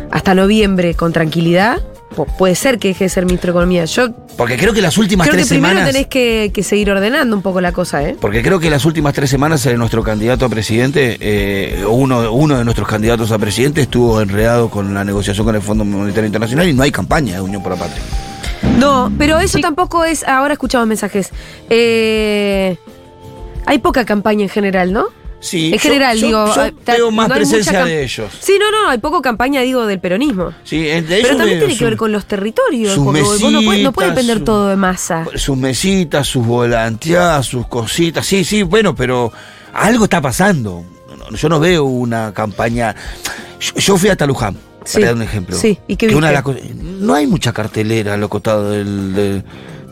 [SPEAKER 1] hasta noviembre con tranquilidad, pu- puede ser que deje de ser ministro de Economía. Yo
[SPEAKER 3] Porque creo que las últimas
[SPEAKER 1] creo que
[SPEAKER 3] tres semanas.
[SPEAKER 1] primero tenés que, que seguir ordenando un poco la cosa, ¿eh?
[SPEAKER 3] Porque creo que las últimas tres semanas eh, nuestro candidato a presidente, eh, uno, uno de nuestros candidatos a presidente estuvo enredado con la negociación con el Fondo Monetario Internacional y no hay campaña de Unión por la Patria.
[SPEAKER 1] No, pero eso tampoco es. Ahora escuchamos mensajes. Eh, hay poca campaña en general, ¿no?
[SPEAKER 3] Sí,
[SPEAKER 1] en
[SPEAKER 3] yo-
[SPEAKER 1] general,
[SPEAKER 3] yo-
[SPEAKER 1] digo.
[SPEAKER 3] yo
[SPEAKER 1] ah, ta-
[SPEAKER 3] veo más
[SPEAKER 1] no hay mucha
[SPEAKER 3] presencia
[SPEAKER 1] cam-
[SPEAKER 3] de ellos.
[SPEAKER 1] Sí, no, no, hay poco campaña, digo, del peronismo.
[SPEAKER 3] Sí, entre ellos
[SPEAKER 1] Pero también
[SPEAKER 3] veo
[SPEAKER 1] tiene que
[SPEAKER 3] su-
[SPEAKER 1] ver con los territorios.
[SPEAKER 3] sus
[SPEAKER 1] porque vos no puedes, no puedes
[SPEAKER 3] mesitas,
[SPEAKER 1] depender
[SPEAKER 3] su-
[SPEAKER 1] todo de masa.
[SPEAKER 3] sus mesitas, sus volanteadas, sus cositas. Sí, sí, bueno, pero algo está pasando. No, Yo no veo una campaña. Yo, yo fui hasta Luján,
[SPEAKER 1] Sí,
[SPEAKER 3] para dar un ejemplo.
[SPEAKER 1] sí, ¿y qué
[SPEAKER 3] Que una de las
[SPEAKER 1] viste?
[SPEAKER 3] cosas- no hay mucha cartelera al costado del, de-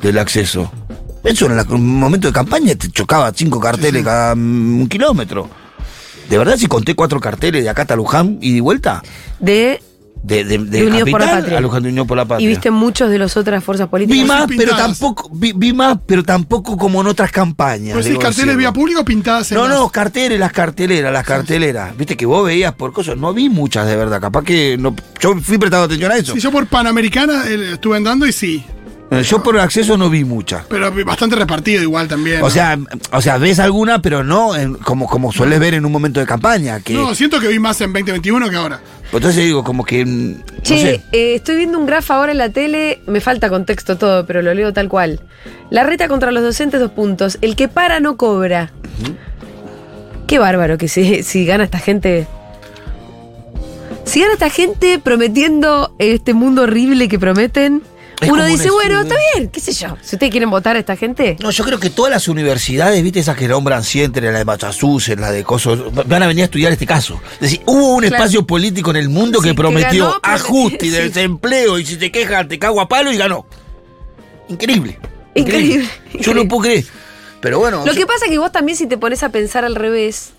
[SPEAKER 3] del acceso. Eso en la- en un momento de campaña te chocaba cinco carteles cada mm, un kilómetro. De verdad, si conté cuatro carteles de acá hasta Luján y de vuelta,
[SPEAKER 1] De,
[SPEAKER 3] de, de, de
[SPEAKER 1] De Unidos por la
[SPEAKER 3] Capital
[SPEAKER 1] Patria.
[SPEAKER 3] a Luján de Unión por la Patria.
[SPEAKER 1] y viste muchos de las otras fuerzas políticas.
[SPEAKER 3] Vi más,
[SPEAKER 2] Son
[SPEAKER 3] pero
[SPEAKER 2] pintadas.
[SPEAKER 3] tampoco, vi, vi más, pero tampoco como en otras campañas.
[SPEAKER 2] Pues sí,
[SPEAKER 3] debo
[SPEAKER 2] carteles
[SPEAKER 3] decirlo.
[SPEAKER 2] vía pública o pintadas en
[SPEAKER 3] No,
[SPEAKER 2] las-
[SPEAKER 3] no, carteles, las carteleras, las carteleras. Viste que vos veías por cosas, no vi muchas de verdad, capaz que no, yo fui prestando atención a eso.
[SPEAKER 2] Sí, yo por Panamericana eh, estuve andando y sí.
[SPEAKER 3] Eh, yo por el acceso no vi muchas.
[SPEAKER 2] Pero bastante repartido igual también.
[SPEAKER 3] O
[SPEAKER 2] ¿no?
[SPEAKER 3] sea, o sea, ves alguna, pero no en- como, como sueles ver en un momento de campaña. Que,
[SPEAKER 2] No, siento que vi más en 2021 que ahora.
[SPEAKER 3] Entonces digo, como que. mm, no
[SPEAKER 1] Che,
[SPEAKER 3] sé.
[SPEAKER 1] eh, estoy viendo un graf ahora en la tele, me falta contexto todo, pero lo leo tal cual. La reta contra los docentes, dos puntos. El que para no cobra. Qué bárbaro que si, si gana esta gente. Si gana esta gente prometiendo este mundo horrible que prometen,
[SPEAKER 3] Es
[SPEAKER 1] uno
[SPEAKER 3] como
[SPEAKER 1] dice,
[SPEAKER 3] una
[SPEAKER 1] bueno,
[SPEAKER 3] ciudad-
[SPEAKER 1] está bien, qué sé yo. Si ustedes quieren votar a esta gente,
[SPEAKER 3] No, yo creo que todas las universidades, viste, esas que nombran siempre, en la de Massachusetts, en la de Coso, van a venir a estudiar este caso. Es decir, hubo un
[SPEAKER 1] Claro.
[SPEAKER 3] espacio político en el mundo
[SPEAKER 1] Sí,
[SPEAKER 3] que
[SPEAKER 1] que
[SPEAKER 3] prometió
[SPEAKER 1] ganó, prometió,
[SPEAKER 3] ajuste y
[SPEAKER 1] sí.
[SPEAKER 3] desempleo, y si te quejas, te cago a palo y ganó. Increíble.
[SPEAKER 1] Increíble,
[SPEAKER 3] Yo no
[SPEAKER 1] increíble.
[SPEAKER 3] puedo creer. Pero bueno,
[SPEAKER 1] Lo
[SPEAKER 3] yo-
[SPEAKER 1] que pasa es que vos también si te pones a pensar al revés,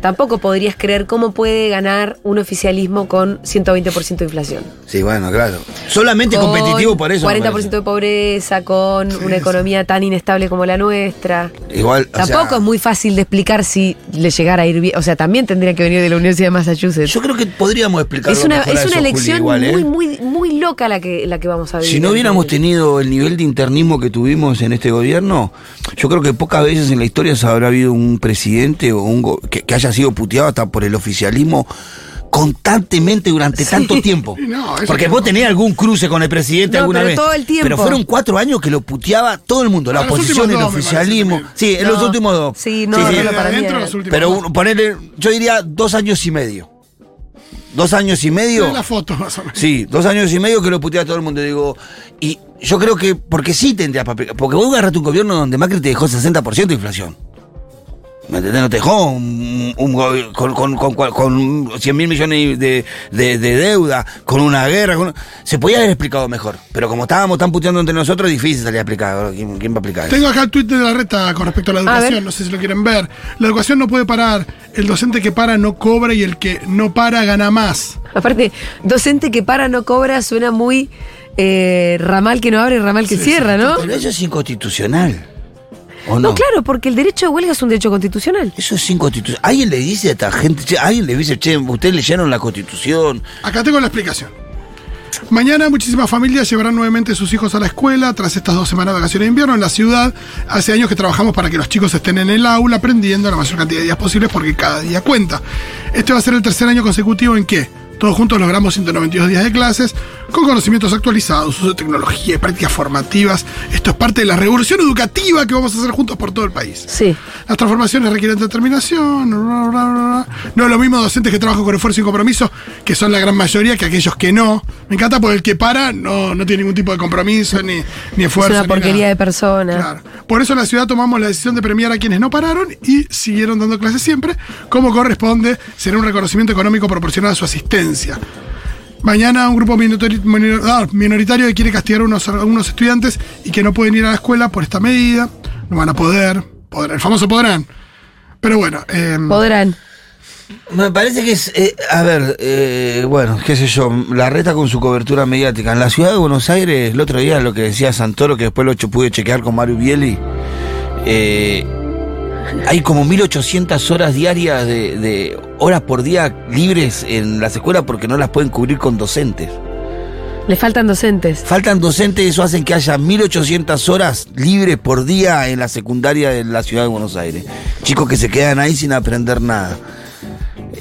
[SPEAKER 1] tampoco podrías creer cómo puede ganar un oficialismo con 120% de inflación.
[SPEAKER 3] sí, bueno, claro. Solamente
[SPEAKER 1] Con
[SPEAKER 3] competitivo por eso. me
[SPEAKER 1] 40% de pobreza, con una economía tan inestable como la nuestra.
[SPEAKER 3] parece. Igual. o sea,
[SPEAKER 1] Tampoco es muy fácil de explicar si le llegara a ir bien. O sea, también tendría que venir de la Universidad de Massachusetts.
[SPEAKER 3] Yo creo que podríamos explicarlo.
[SPEAKER 1] Es una,
[SPEAKER 3] mejor a
[SPEAKER 1] es una
[SPEAKER 3] eso, Juli,
[SPEAKER 1] elección
[SPEAKER 3] igual, ¿eh?
[SPEAKER 1] muy, muy, muy loca la que, la que vamos a vivir.
[SPEAKER 3] Si no hubiéramos
[SPEAKER 1] Entonces,
[SPEAKER 3] tenido el nivel de internismo que tuvimos en este gobierno, yo creo que pocas veces en la historia se habrá habido un presidente o un go- que, que haya sido puteado hasta por el oficialismo constantemente durante tanto tiempo.
[SPEAKER 2] No, eso
[SPEAKER 3] Porque
[SPEAKER 2] no.
[SPEAKER 3] vos tenés algún cruce con el presidente
[SPEAKER 1] No,
[SPEAKER 3] alguna
[SPEAKER 1] pero
[SPEAKER 3] vez.
[SPEAKER 1] todo el tiempo.
[SPEAKER 3] Pero fueron cuatro años que lo puteaba todo el mundo, la
[SPEAKER 2] Ah, los
[SPEAKER 3] oposición,
[SPEAKER 2] últimos
[SPEAKER 3] el
[SPEAKER 2] dos, me parece
[SPEAKER 3] oficialismo.
[SPEAKER 2] también.
[SPEAKER 3] Sí, en los
[SPEAKER 1] No.
[SPEAKER 3] últimos dos.
[SPEAKER 1] Sí, no,
[SPEAKER 2] Pero
[SPEAKER 1] no,
[SPEAKER 2] de
[SPEAKER 1] para mí
[SPEAKER 2] adentro
[SPEAKER 1] era-
[SPEAKER 2] los últimos.
[SPEAKER 3] Pero
[SPEAKER 2] dos.
[SPEAKER 3] uno- ponerle, yo diría dos años y medio. Dos años y medio.
[SPEAKER 2] Ve la foto más o menos.
[SPEAKER 3] Sí, dos años y medio que lo putea todo el mundo. Digo, y yo creo que, porque sí tendrías papel. Porque vos agarraste un gobierno donde Macri te dejó 60% de inflación. ¿Me entendés? No te dejó un, un gobi- con, con, con, cua- con 100 mil millones de, de- de deuda, con una guerra. con- Se podía haber explicado mejor. Pero como estábamos tan puteando entre nosotros, es difícil salir a explicar. ¿Quién, quién va a explicar? eso?
[SPEAKER 2] Tengo acá el tuit de la reta con respecto a la
[SPEAKER 1] A ver.
[SPEAKER 2] educación, no sé si lo quieren ver. La educación no puede parar, el docente que para no cobra y el que no para gana más.
[SPEAKER 1] Aparte, docente que para no cobra suena muy eh, ramal que no abre, ramal que cierra, ¿no?
[SPEAKER 3] Pero eso es inconstitucional. ¿O
[SPEAKER 1] No, claro, porque el derecho de huelga es un derecho constitucional.
[SPEAKER 3] Eso es inconstitucional. Alguien le dice a esta gente, che, alguien le dice, che, ustedes leyeron la constitución.
[SPEAKER 2] Acá tengo la explicación. Mañana muchísimas familias llevarán nuevamente sus hijos a la escuela tras estas dos semanas de vacaciones de invierno en la ciudad. Hace años que trabajamos para que los chicos estén en el aula aprendiendo la mayor cantidad de días posibles porque cada día cuenta. Este va a ser el tercer año consecutivo en que todos juntos logramos 192 días de clases con conocimientos actualizados, uso de tecnología y prácticas formativas. Esto es parte de la revolución educativa que vamos a hacer juntos por todo el país.
[SPEAKER 1] Sí.
[SPEAKER 2] Las transformaciones requieren determinación. bla, bla, bla, bla. No es lo mismo docentes que trabajan con esfuerzo y compromiso, que son la gran mayoría, que aquellos que no. Me encanta porque el que para no, no tiene ningún tipo de compromiso ni, ni esfuerzo.
[SPEAKER 1] es una
[SPEAKER 2] ni
[SPEAKER 1] porquería de
[SPEAKER 2] nada.
[SPEAKER 1] persona.
[SPEAKER 2] Claro. Por eso en la ciudad tomamos la decisión de premiar a quienes no pararon y siguieron dando clases siempre, como corresponde, será un reconocimiento económico proporcional a su asistencia. Mañana un grupo minoritori- minor- ah, minoritario que quiere castigar a unos, a unos estudiantes y que no pueden ir a la escuela por esta medida. No van a poder. podrán, el famoso podrán. Pero bueno, eh,
[SPEAKER 1] Podrán.
[SPEAKER 3] Me parece que es, eh, a ver, eh, bueno, qué sé yo, la reta con su cobertura mediática. En la ciudad de Buenos Aires, el otro día lo que decía Santoro, que después lo che- pude chequear con Mario Bieli, eh, hay como 1800 horas diarias de, de horas por día libres en las escuelas porque no las pueden cubrir con docentes.
[SPEAKER 1] Le faltan docentes.
[SPEAKER 3] Faltan docentes, eso hacen que haya 1800 horas libres por día en la secundaria de la ciudad de Buenos Aires. Chicos que se quedan ahí sin aprender nada.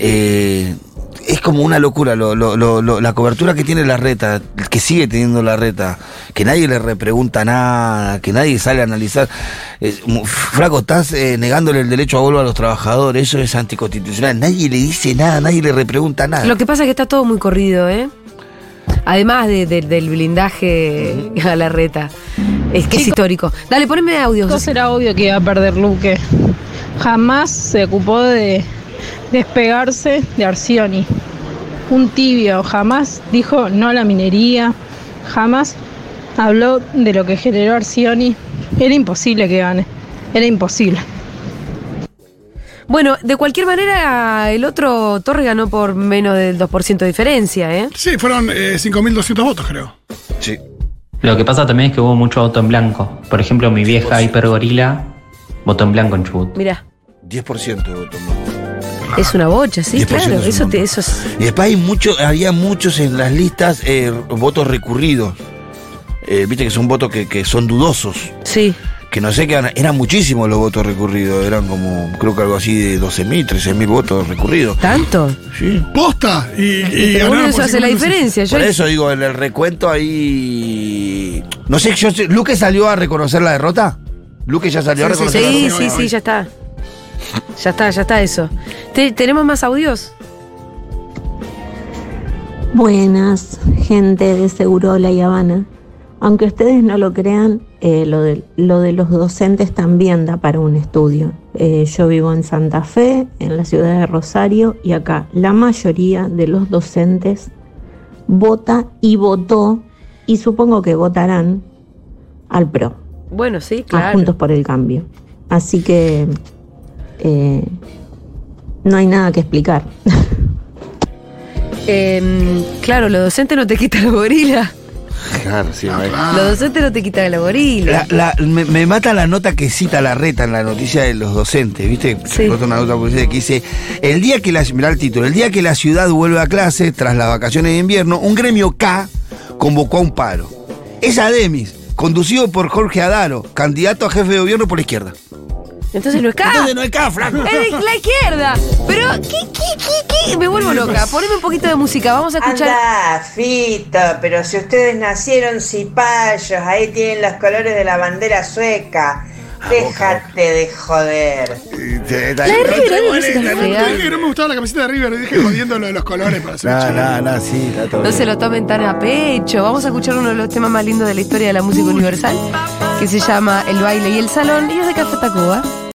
[SPEAKER 3] Eh, es como una locura lo- lo- lo- lo- la cobertura que tiene la reta, que sigue teniendo la reta, que nadie le repregunta nada, que nadie sale a analizar. Es mu- fraco, estás eh, negándole el derecho a vuelo a los trabajadores, eso es anticonstitucional. Nadie le dice nada, nadie le repregunta nada.
[SPEAKER 1] Lo que pasa es que está todo muy corrido, ¿eh? Además de- de- del blindaje a la reta. Es que es histórico. Dale, poneme audios.
[SPEAKER 7] Entonces era obvio que iba a perder Luque. Jamás se ocupó de despegarse de Arcioni. Un tibio, jamás dijo no a la minería, jamás habló de lo que generó Arcioni. Era imposible que gane, era imposible.
[SPEAKER 1] Bueno, de cualquier manera, el otro Torre ganó por menos del 2% de diferencia, ¿eh?
[SPEAKER 2] Sí, fueron eh, 5.200 votos, creo.
[SPEAKER 3] Sí.
[SPEAKER 8] Lo que pasa también es que hubo mucho voto en blanco. Por ejemplo, mi vieja hipergorila votó en blanco en Chubut.
[SPEAKER 1] Mirá,
[SPEAKER 3] 10% de voto, ¿no?
[SPEAKER 1] es una bocha, sí,
[SPEAKER 3] 10%
[SPEAKER 1] claro.
[SPEAKER 3] es un
[SPEAKER 1] Eso, te-
[SPEAKER 3] montón.
[SPEAKER 1] eso es.
[SPEAKER 3] Y después hay mucho, había muchos en las listas eh, votos recurridos. Eh, Viste que son votos que, que son dudosos.
[SPEAKER 1] Sí.
[SPEAKER 3] Que no sé qué eran, eran muchísimos los votos recurridos. Eran como, creo que algo así de 12.000, 13.000 votos recurridos.
[SPEAKER 1] ¿Tanto?
[SPEAKER 3] Sí.
[SPEAKER 2] Posta. Y, y
[SPEAKER 1] Pero bueno,
[SPEAKER 2] ganaron
[SPEAKER 1] eso
[SPEAKER 2] por
[SPEAKER 1] hace la
[SPEAKER 2] 5.200.
[SPEAKER 1] diferencia. Yo
[SPEAKER 3] Por eso digo, en el recuento ahí. No sé, yo sé- ¿Luque salió a reconocer la derrota? ¿Luque ya salió a
[SPEAKER 2] Sí, sí,
[SPEAKER 3] reconocer la
[SPEAKER 1] Sí,
[SPEAKER 3] derrota?
[SPEAKER 1] sí, sí, ya está. Ya está, ya está eso. Te- ¿Tenemos más audios?
[SPEAKER 9] Buenas, gente de Seguro La Habana. Aunque ustedes no lo crean, eh, lo, de, lo de los docentes también da para un estudio. Eh, yo vivo en Santa Fe, en la ciudad de Rosario, y acá la mayoría de los docentes vota y votó, y supongo que votarán al PRO,
[SPEAKER 1] Bueno, sí,
[SPEAKER 9] a
[SPEAKER 1] claro.
[SPEAKER 9] Juntos por el Cambio. Así que eh, no hay nada que explicar.
[SPEAKER 1] Em, claro, los docentes no te quitan la gorila.
[SPEAKER 3] Claro, sí, a ver.
[SPEAKER 10] Ah.
[SPEAKER 1] Los docentes no te quitan la gorila.
[SPEAKER 3] La- la- me, me mata la nota que cita la reta en la noticia de los docentes, ¿viste?
[SPEAKER 1] Sí.
[SPEAKER 3] Nota Una nota publicitaria que dice, el día que la, mirá el título, el día que la ciudad vuelve a clase, tras las vacaciones de invierno, un gremio K convocó a un paro. Es Ademis, conducido por Jorge Adaro, candidato a jefe de gobierno por la izquierda.
[SPEAKER 1] Entonces no es K.
[SPEAKER 3] Entonces no es K, flaco.
[SPEAKER 1] Ah. Es de la izquierda. Pero, ¿qué, qué, qué, qué? Me vuelvo loca. Poneme un poquito de música. Vamos a escuchar.
[SPEAKER 10] Anda, Fito, pero si ustedes nacieron cipayos, ahí tienen los colores de la bandera sueca. Déjate de joder.
[SPEAKER 1] River,
[SPEAKER 2] Pero
[SPEAKER 1] River,
[SPEAKER 2] igual,
[SPEAKER 1] sí,
[SPEAKER 2] eh,
[SPEAKER 1] está
[SPEAKER 2] no,
[SPEAKER 1] fea.
[SPEAKER 2] no me gustaba la camiseta de River, dije jodiendo lo de los colores para hacer
[SPEAKER 3] No,
[SPEAKER 2] chiste.
[SPEAKER 3] no, no, sí, está todo
[SPEAKER 1] No
[SPEAKER 3] bien.
[SPEAKER 1] se lo tomen tan a pecho. Vamos a escuchar uno de los temas más lindos de la historia de la música universal, que se llama El baile y el salón, y es de Café Tacuba.